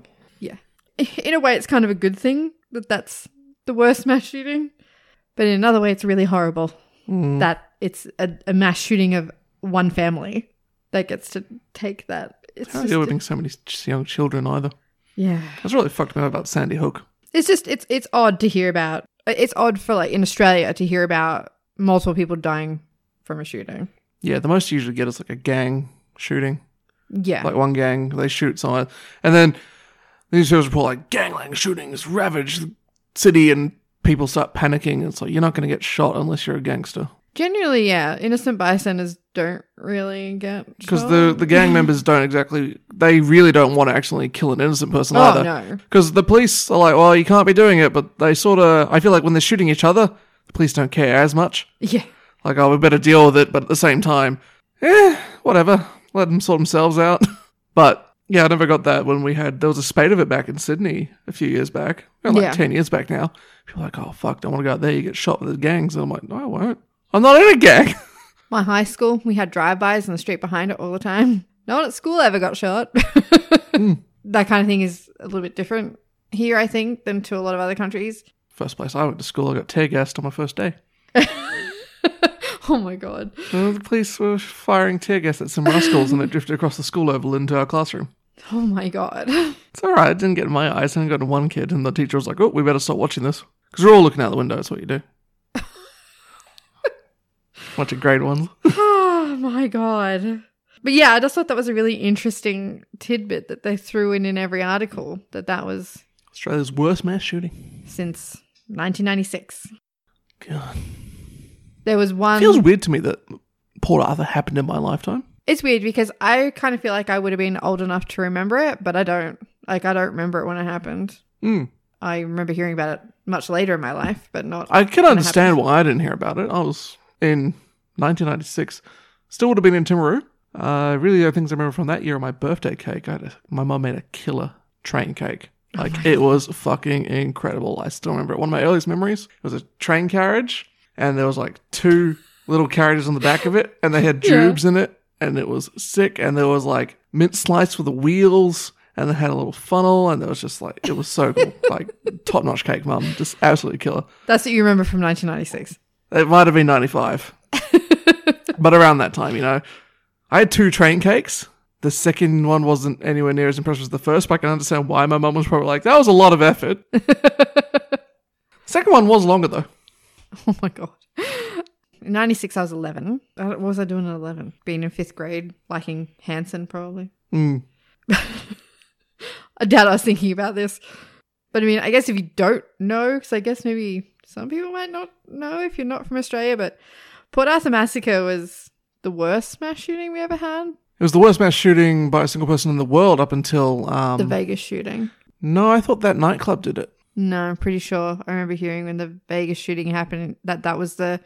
in a way, it's kind of a good thing that that's the worst mass shooting, but in another way, it's really horrible Mm. that it's a, a mass shooting of one family that gets to take that. It's How are just- you having so many ch- young children either? yeah. That's really fucked me up about Sandy Hook. it's just it's it's odd to hear about it's odd for like in australia to hear about multiple people dying from a shooting Yeah, the most you usually get is like a gang shooting. Yeah. Like one gang, they shoot someone, and then these shows report like gangland shootings ravage the city, and people start panicking. It's like you're not going to get shot unless you're a gangster Generally, yeah, innocent bystanders don't really get because shot. the the gang members don't exactly they really don't want to accidentally kill an innocent person Oh either. no. Because the police are like, well, you can't be doing it, but they sort of. I feel like when they're shooting each other, the police don't care as much. Yeah. Like, oh, we better deal with it, but at the same time, eh, whatever. Let them sort themselves out. but yeah, I never got that when we had. There was a spate of it back in Sydney a few years back, well, like Yeah. 10 years back now. People are like, oh, fuck, don't want to go out there. You get shot with the gangs. And I'm like, no, I won't. I'm not in a gang. My high school, we had drive-bys in the street behind it all the time. No one at school ever got shot. Hmm. That kind of thing is a little bit different here, I think, than to a lot of other countries. First place I went to school, I got tear gassed on my first day. Oh my god. Uh, the police were firing tear gas at some rascals and it drifted across the school oval into our classroom. Oh my god. It's all right. It didn't get in my eyes. I only got one kid, and the teacher was like, "Oh, we better stop watching this because we're all looking out the window." That's what you do. watching grade ones. oh my god. But yeah, I just thought that was a really interesting tidbit that they threw in in every article that that was Australia's worst mass shooting. since 1996. God, There was one feels weird to me that Port Arthur happened in my lifetime. It's weird because I kind of feel like I would have been old enough to remember it, but I don't. Like I don't remember it when it happened. Hmm. I remember hearing about it much later in my life, but not. I can understand why I didn't hear about it. I was in 1996. Still would have been in Timaru. Uh, really, the only things I remember from that year are my birthday cake. I had a, my mum made a killer train cake. Like it was fucking incredible. I still remember it. One of my earliest memories was a train carriage, and there was like two little carriages on the back of it, and they had Yeah. jubes in it, and it was sick. And there was like mint slice with the wheels, and they had a little funnel, and it was just like it was so cool. like top notch cake, mum, just absolutely killer. That's what you remember from 1996. It might have been 95. but around that time, you know. I had two train cakes. The second one wasn't anywhere near as impressive as the first, but I can understand why my mum was probably like, that was a lot of effort. second one was longer, though. Oh my god. In 96, I was 11. I don't- What was I doing at 11? Being in fifth grade, liking Hanson, probably. Mm. I doubt I was thinking about this. But I mean, I guess if you don't know, because I guess maybe some people might not know if you're not from Australia, but Port Arthur Massacre was the worst mass shooting we ever had. It was the worst mass shooting by a single person in the world up until. Um, The Vegas shooting. no, I thought that nightclub did it. No, I'm pretty sure. I remember hearing when the Vegas shooting happened that that was the,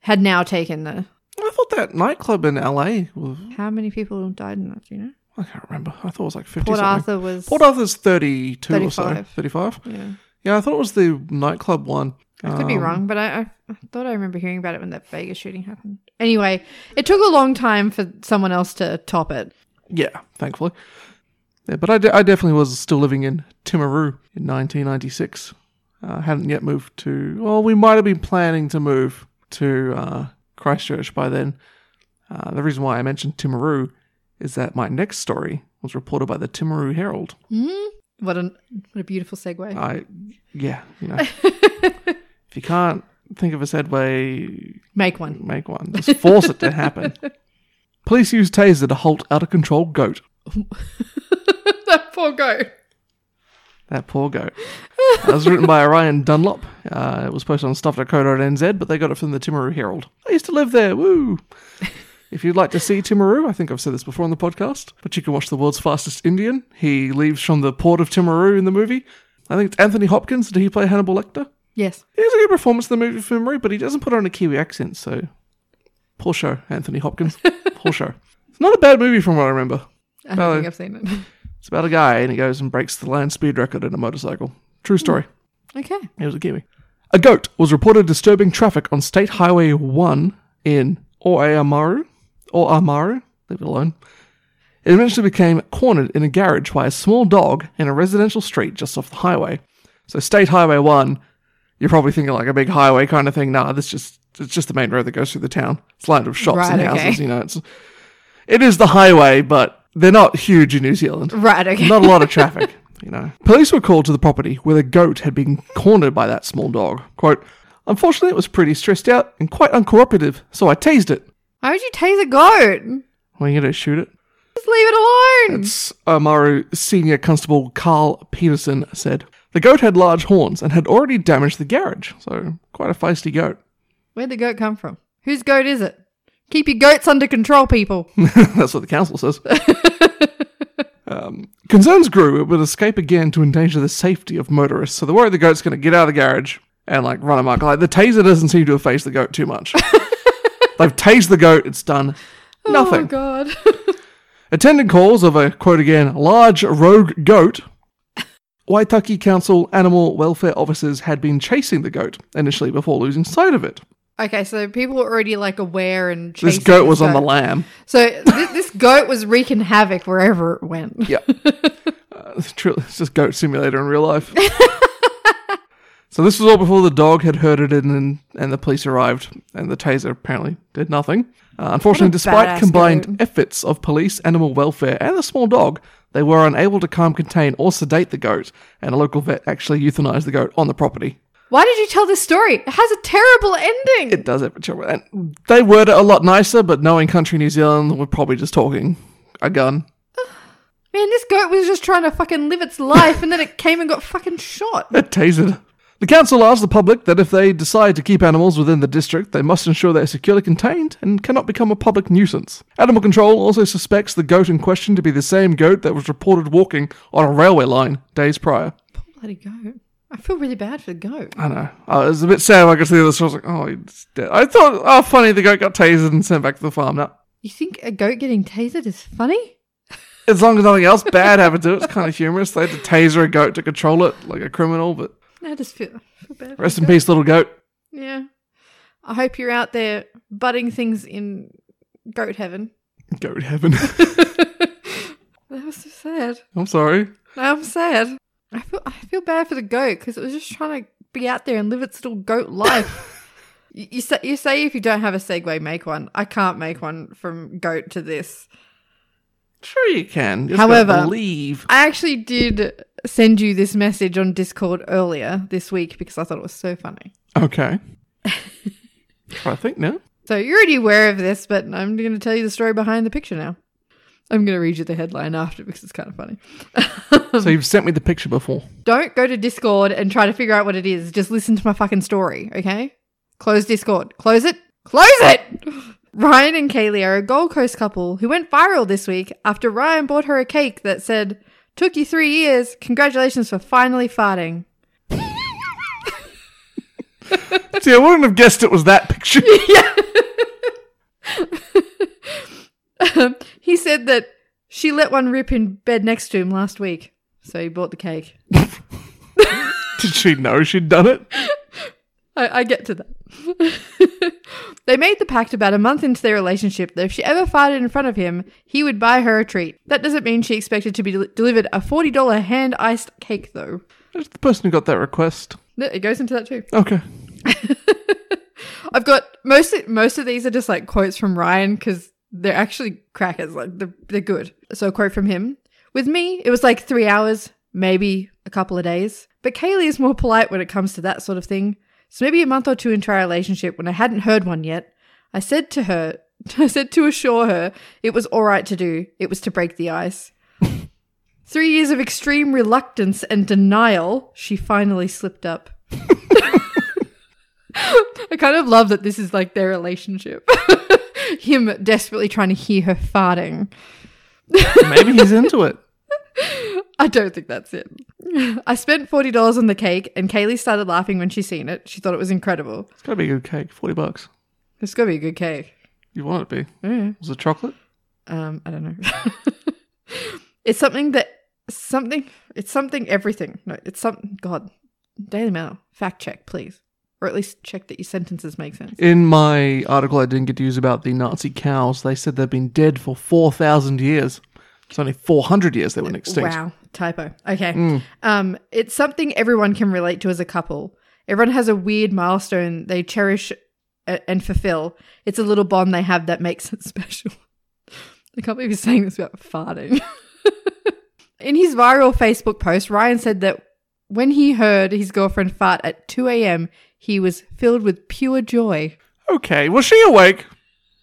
had now taken the, I thought that nightclub in LA was. how many people died in that, do you know? I can't remember. I thought it was like 50 Port something. Arthur was, Port Arthur's 32 or so. 35. 35? yeah. Yeah, I thought it was the nightclub one. I could be Um. wrong, but I, I I thought I remember hearing about it when that Vegas shooting happened. Anyway, it took a long time for someone else to top it. Yeah, thankfully. Yeah, but I, de- I definitely was still living in Timaru in 1996. Uh, hadn't yet moved to. Well, we might have been planning to move to uh, Christchurch by then. Uh, the reason why I mentioned Timaru is that my next story was reported by the Timaru Herald. What a what a beautiful segue. I, yeah, you know, if you can't think of a segue, Make one. make one. Just force it to happen. Police use taser to halt out of control goat. that poor goat. That poor goat. That was written by Ryan Dunlop. Uh, it was posted on stuff.co.nz, but they got it from the Timaru Herald. I used to live there. Woo! If you'd like to see Timaru, I think I've said this before on the podcast, but you can watch the world's fastest Indian. He leaves from the port of Timaru in the movie. I think it's Anthony Hopkins. Did he play Hannibal Lecter? Yes. He has a good performance in the movie for Timaru, but he doesn't put on a Kiwi accent, so poor show, Anthony Hopkins. poor show. It's not a bad movie from what I remember. I don't Well, think I've seen it. It's about a guy and he goes and breaks the land speed record in a motorcycle. True story. okay. It was a Kiwi. A goat was reported disturbing traffic on State Highway 1 in Oamaru, or Amaru, leave it alone. It eventually became cornered in a garage by a small dog in a residential street just off the highway. So State Highway 1, you're probably thinking like a big highway kind of thing. Nah, this just it's just the main road that goes through the town. It's lined with shops and Right, okay. houses, you know. It's it is the highway, but they're not huge in New Zealand Right. Okay. not a lot of traffic, you know. Police were called to the property where the goat had been cornered by that small dog. Quote, unfortunately, it was pretty stressed out and quite uncooperative, so I tased it. Why would you tase a goat? Were you going to shoot it? Just leave it alone. It's Amaru Senior Constable Carl Peterson said. The goat had large horns and had already damaged the garage, so quite a feisty goat. Where'd the goat come from? Whose goat is it? Keep your goats under control, people. That's what the council says. um, concerns grew it would escape again to endanger the safety of motorists, so the worry the goat's going to get out of the garage and like run amok. Like the taser doesn't seem to have faced the goat too much. They've tased the goat; it's done Oh, nothing. God. Attendant calls of a, quote again, large rogue goat. Waitaki Council animal welfare officers had been chasing the goat initially before losing sight of it. okay, so people were already like aware and This chasing goat was on the goat. lamb. So th- this goat was wreaking havoc wherever it went. Yeah. uh, it's, true, it's just goat simulator in real life. so this was all before the dog had herded in and, and the police arrived, and the taser apparently did nothing. Uh, unfortunately, badass despite combined goat. efforts of police, animal welfare, and the small dog, they were unable to calm, contain, or sedate the goat, and a local vet actually euthanized the goat on the property. Why did you tell this story? It has a terrible ending. It does have a children. And they word it a lot nicer, but knowing country New Zealand, we're probably just talking a gun. Man, this goat was just trying to fucking live its life and then it came and got fucking shot. They're tasered. The council asked the public that if they decide to keep animals within the district, they must ensure they are securely contained and cannot become a public nuisance. Animal control also suspects the goat in question to be the same goat that was reported walking on a railway line days prior. Bloody goat. I feel really bad for the goat. I know. I was a bit sad when I got to the other story. I was like, oh, it's dead. I thought, oh, funny, the goat got tasered and sent back to the farm. Now, You think a goat getting tasered is funny? as long as nothing else bad happened to it, it's kind of humorous. They had to taser a goat to control it like a criminal, but No, I just feel, I feel bad. for rest the in goat. peace, little goat. Yeah. I hope you're out there butting things in goat heaven. Goat heaven. that was so sad. I'm sorry. I'm sad. I feel I feel bad for the goat because it was just trying to be out there and live its little goat life. you, you say you say if you don't have a segue, make one. I can't make one from goat to this. Sure, you can. Just However- gotta believe. I actually did send you this message on Discord earlier this week because I thought it was so funny. Okay. I think now. So you're already aware of this, but I'm going to tell you the story behind the picture now. I'm going to read you the headline after because it's kind of funny. So you've sent me the picture before. Don't go to Discord and try to figure out what it is. Just listen to my fucking story, okay? Close Discord. Close it. Close it! Ryan and Kaylee are a Gold Coast couple who went viral this week after Ryan bought her a cake that said, Took you three years. Congratulations for finally farting. See, I wouldn't have guessed it was that picture. he said that she let one rip in bed next to him last week. So he bought the cake. Did she know she'd done it? I, I get to that. they made the pact about a month into their relationship that if she ever farted in front of him, he would buy her a treat. That doesn't mean she expected to be del- delivered a $40 hand iced cake, though. It's the person who got that request. No, It goes into that too. Okay. I've got most of, most of these are just like quotes from Ryan because they're actually crackers. Like they're, they're good. So a quote from him: "With me, it was like three hours, maybe a couple of days. But Kaylee is more polite when it comes to that sort of thing. So maybe a month or two into our relationship, when I hadn't heard one yet, I said to her, I said to assure her it was all right to do. It was to break the ice." Three years of extreme reluctance and denial, she finally slipped up. I kind of love that this is like their relationship. Him desperately trying to hear her farting. Maybe he's into it. I don't think that's it. I spent $40 on the cake and Kaylee started laughing when she seen it. She thought it was incredible. It's gotta be a good cake. Forty bucks. It's going to be a good cake. You want it to be? Yeah. Was it chocolate? Um, I don't know. it's something that something it's something everything. No, it's something god. Daily Mail. Fact check, please. Or at least check that your sentences make sense. In my article I didn't get to use about the Nazi cows, they said they've been dead for four thousand years. It's only four hundred years they went extinct. Wow, typo. Okay. Um, it's something everyone can relate to as a couple. Everyone has a weird milestone they cherish a- and fulfill. It's a little bond they have that makes it special. I can't believe he's saying this about farting. In his viral Facebook post, Ryan said that when he heard his girlfriend fart at 2 a.m., he was filled with pure joy. Okay, was she awake?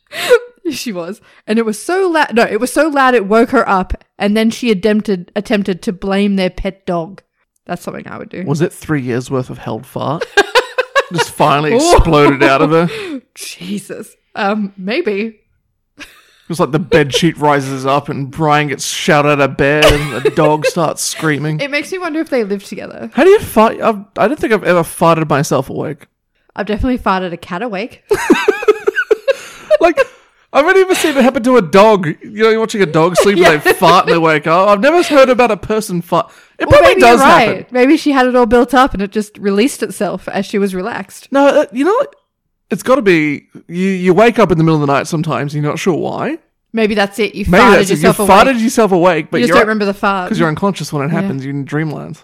She was. And it was so loud. No, it was so loud it woke her up. And then she attempted, attempted to blame their pet dog. That's something I would do. Was it three years worth of held fart? Just finally exploded out of her. It Jesus. Um, maybe. was like the bed sheet rises up and Brian gets shouted out of bed and the dog starts screaming. It makes me wonder if they live together. How do you fart? I've, I don't think I've ever farted myself awake. I've definitely farted a cat awake. Like, I've only ever seen it happen to a dog. You know, you're watching a dog sleep and they fart and they wake up. I've never heard about a person fart. It Well, probably maybe you're does right. happen. Maybe she had it all built up and it just released itself as she was relaxed. No, uh, you know, what? it's got to be you. You wake up in the middle of the night sometimes. and You're not sure why. Maybe that's it. You Maybe farted that's it. you yourself awake. farted yourself awake, but you just you're don't remember the fart. because you're unconscious when it happens. You're in dreamland.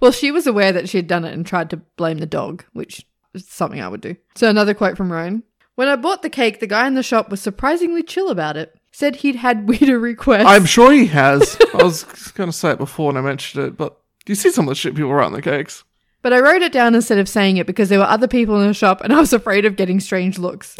Well, she was aware that she had done it and tried to blame the dog, which is something I would do. So, another quote from Roan When I bought the cake, the guy in the shop was surprisingly chill about it. Said he'd had weirder requests. I'm sure he has. I was going to say it before and I mentioned it, but you see some of the shit people write on the cakes. But I wrote it down instead of saying it because there were other people in the shop and I was afraid of getting strange looks.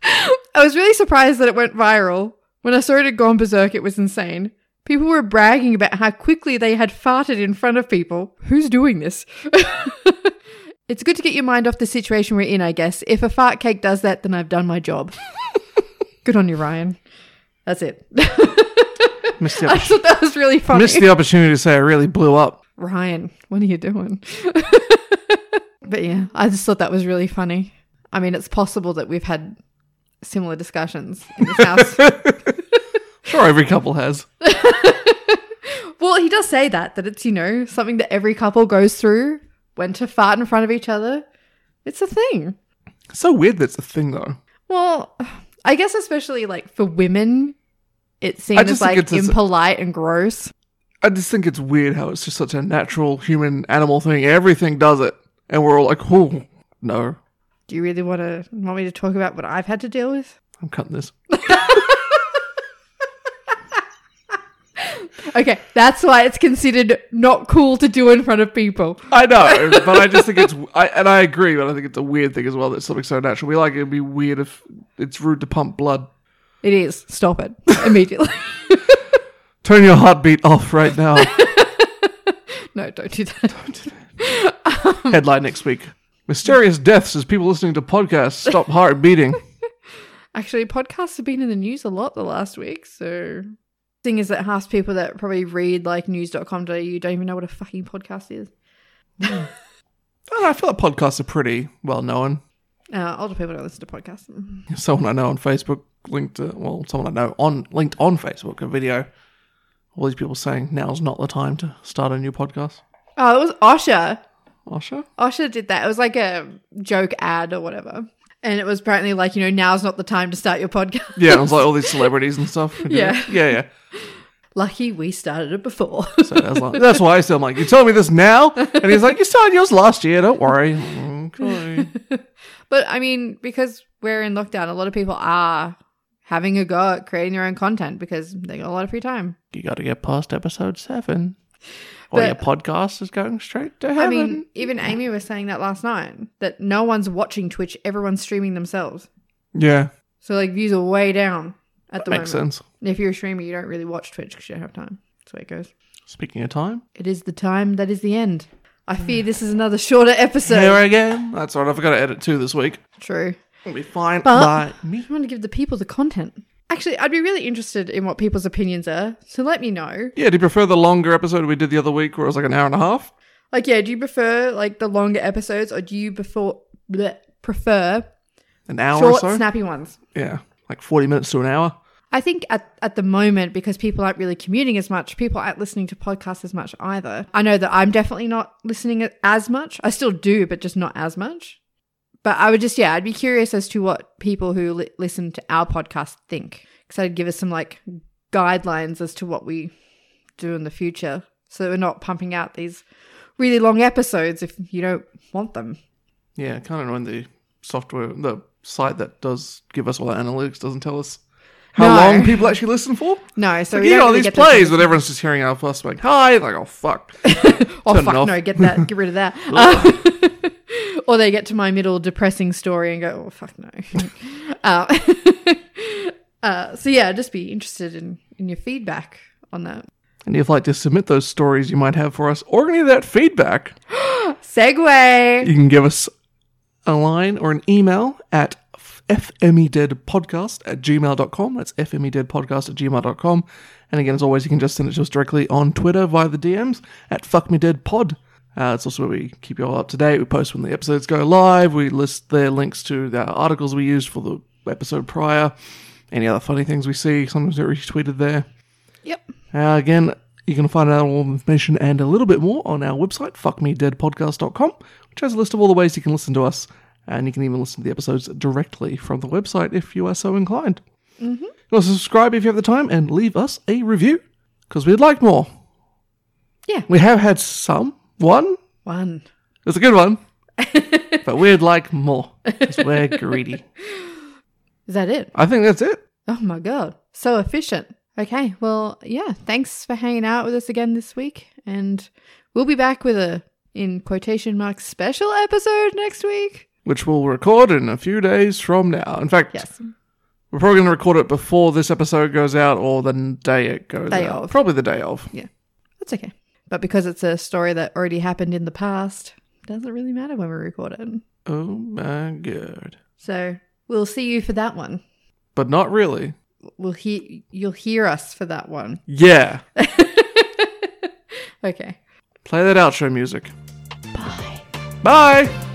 I was really surprised that it went viral. When I saw it had gone berserk, it was insane. People were bragging about how quickly they had farted in front of people. Who's doing this? it's good to get your mind off the situation we're in, I guess. If a fart cake does that, then I've done my job. good on you, Ryan. That's it. Missed the, I oppor- thought that was really funny. missed the opportunity to say I really blew up. Ryan, what are you doing? but yeah, I just thought that was really funny. I mean, it's possible that we've had similar discussions in this house. Sure, every couple has. well, he does say that, that it's, you know, something that every couple goes through when to fart in front of each other. It's a thing. It's so weird that's a thing, though. Well, I guess especially like for women, it's seen I as just think like it's- it's- impolite and gross. I just think it's weird how it's just such a natural human animal thing. Everything does it, and we're all like, "Oh no, Do you really want to want me to talk about what I've had to deal with? I'm cutting this." Okay, that's why it's considered not cool to do in front of people. I know, but I just think it's, I, and I agree, but I think it's a weird thing as well. That's something so natural. We like it'd be weird if it's rude to pump blood. It is. Stop it immediately. Turn your heartbeat off right now. no, don't do that. Headline next week: Mysterious deaths as people listening to podcasts stop heart beating. Actually, podcasts have been in the news a lot the last week, so thing is that half people that probably read like news.com.au don't even know what a fucking podcast is. I, don't know, I feel like podcasts are pretty well known. Uh, older people don't listen to podcasts. Mm-hmm. Someone I know on Facebook linked, to, well, someone I know on linked on Facebook a video. All these people saying now's not the time to start a new podcast. Oh, it was Osha. Oh sure. Osha did that. It was like a joke ad or whatever. And it was apparently like, you know, now's not the time to start your podcast. Yeah, it was like all these celebrities and stuff. who do Yeah. that. yeah, yeah. Lucky we started it before. So that's, like, that's why I said, I'm like, you tell me this now? And he's like, you started yours last year, don't worry. Okay. But I mean, because we're in lockdown, a lot of people are having a go at creating their own content because they got a lot of free time. You got to get past episode seven, or But- your podcast is going straight to heaven. I mean, even Amy was saying that last night that no one's watching Twitch, everyone's streaming themselves. yeah, So, like, views are way down at the makes moment. sense. And If you're a streamer, you don't really watch Twitch because you don't have time. That's the way it goes. Speaking of time, It is the time that is the end. I fear this is another shorter episode. here again. That's right. I forgot to edit two this week. True. It'll be fine But- by me. I want to give the people the content. Actually, I'd be really interested in what people's opinions are. So let me know. Yeah, do you prefer the longer episode we did the other week where it was like an hour and a half? Like, yeah, do you prefer like the longer episodes, or do you before bleh, prefer An hour short, or so? snappy ones? yeah, like 40 minutes to an hour. I think at, at the moment, because people aren't really commuting as much, people aren't listening to podcasts as much either. I know that I'm definitely not listening as much. I still do, but just not as much. But I would just, yeah, I'd be curious as to what people who li- listen to our podcast think. Because I'd give us some like guidelines as to what we do in the future. So that we're not pumping out these really long episodes if you don't want them. Yeah, kind of when the software, the site that does give us all our analytics doesn't tell us how No. long people actually listen for. No, so Like, we you don't know, really these get this- plays that everyone's just hearing our fuss, like, hi, like, oh, fuck. Oh Turn it fuck off. no, get that, get rid of that. Uh, Or they get to my middle depressing story and go, oh, fuck no. uh, uh, so, yeah, just be interested in, in your feedback on that. And if you'd like to submit those stories you might have for us or any of that feedback, Segway. you can give us a line or an email at fmedeadpodcast at gmail.com. That's fmedeadpodcast at gmail.com. And again, as always, you can just send it to us directly on Twitter via the DMs at fuckmedeadpod. Uh, it's also where we keep you all up to date. We post when the episodes go live. We list their links to the articles we used for the episode prior. Any other funny things we see, sometimes they're retweeted there. Yep. Uh, again, you can find out all the information and a little bit more on our website, fuckmedeadpodcast.com, which has a list of all the ways you can listen to us. And you can even listen to the episodes directly from the website if you are so inclined. Mm-hmm. You can also subscribe if you have the time and leave us a review because we'd like more. Yeah. We have had some. One One. it's a good one, but we'd like more because we're greedy. Is that it? I think that's it. Oh my God. So efficient. Okay. Well, yeah. Thanks for hanging out with us again this week. And we'll be back with a, in quotation marks, special episode next week. Which we'll record in a few days from now. In fact, Yes. We're probably going to record it before this episode goes out or the n- day it goes Day out. of. Probably the day of. That's okay. But because it's a story that already happened in the past, doesn't really matter when we record it. Oh my god. So we'll see you for that one. But not really. We'll hear you'll hear us for that one. Yeah. Okay. Play that outro music. Bye. Bye.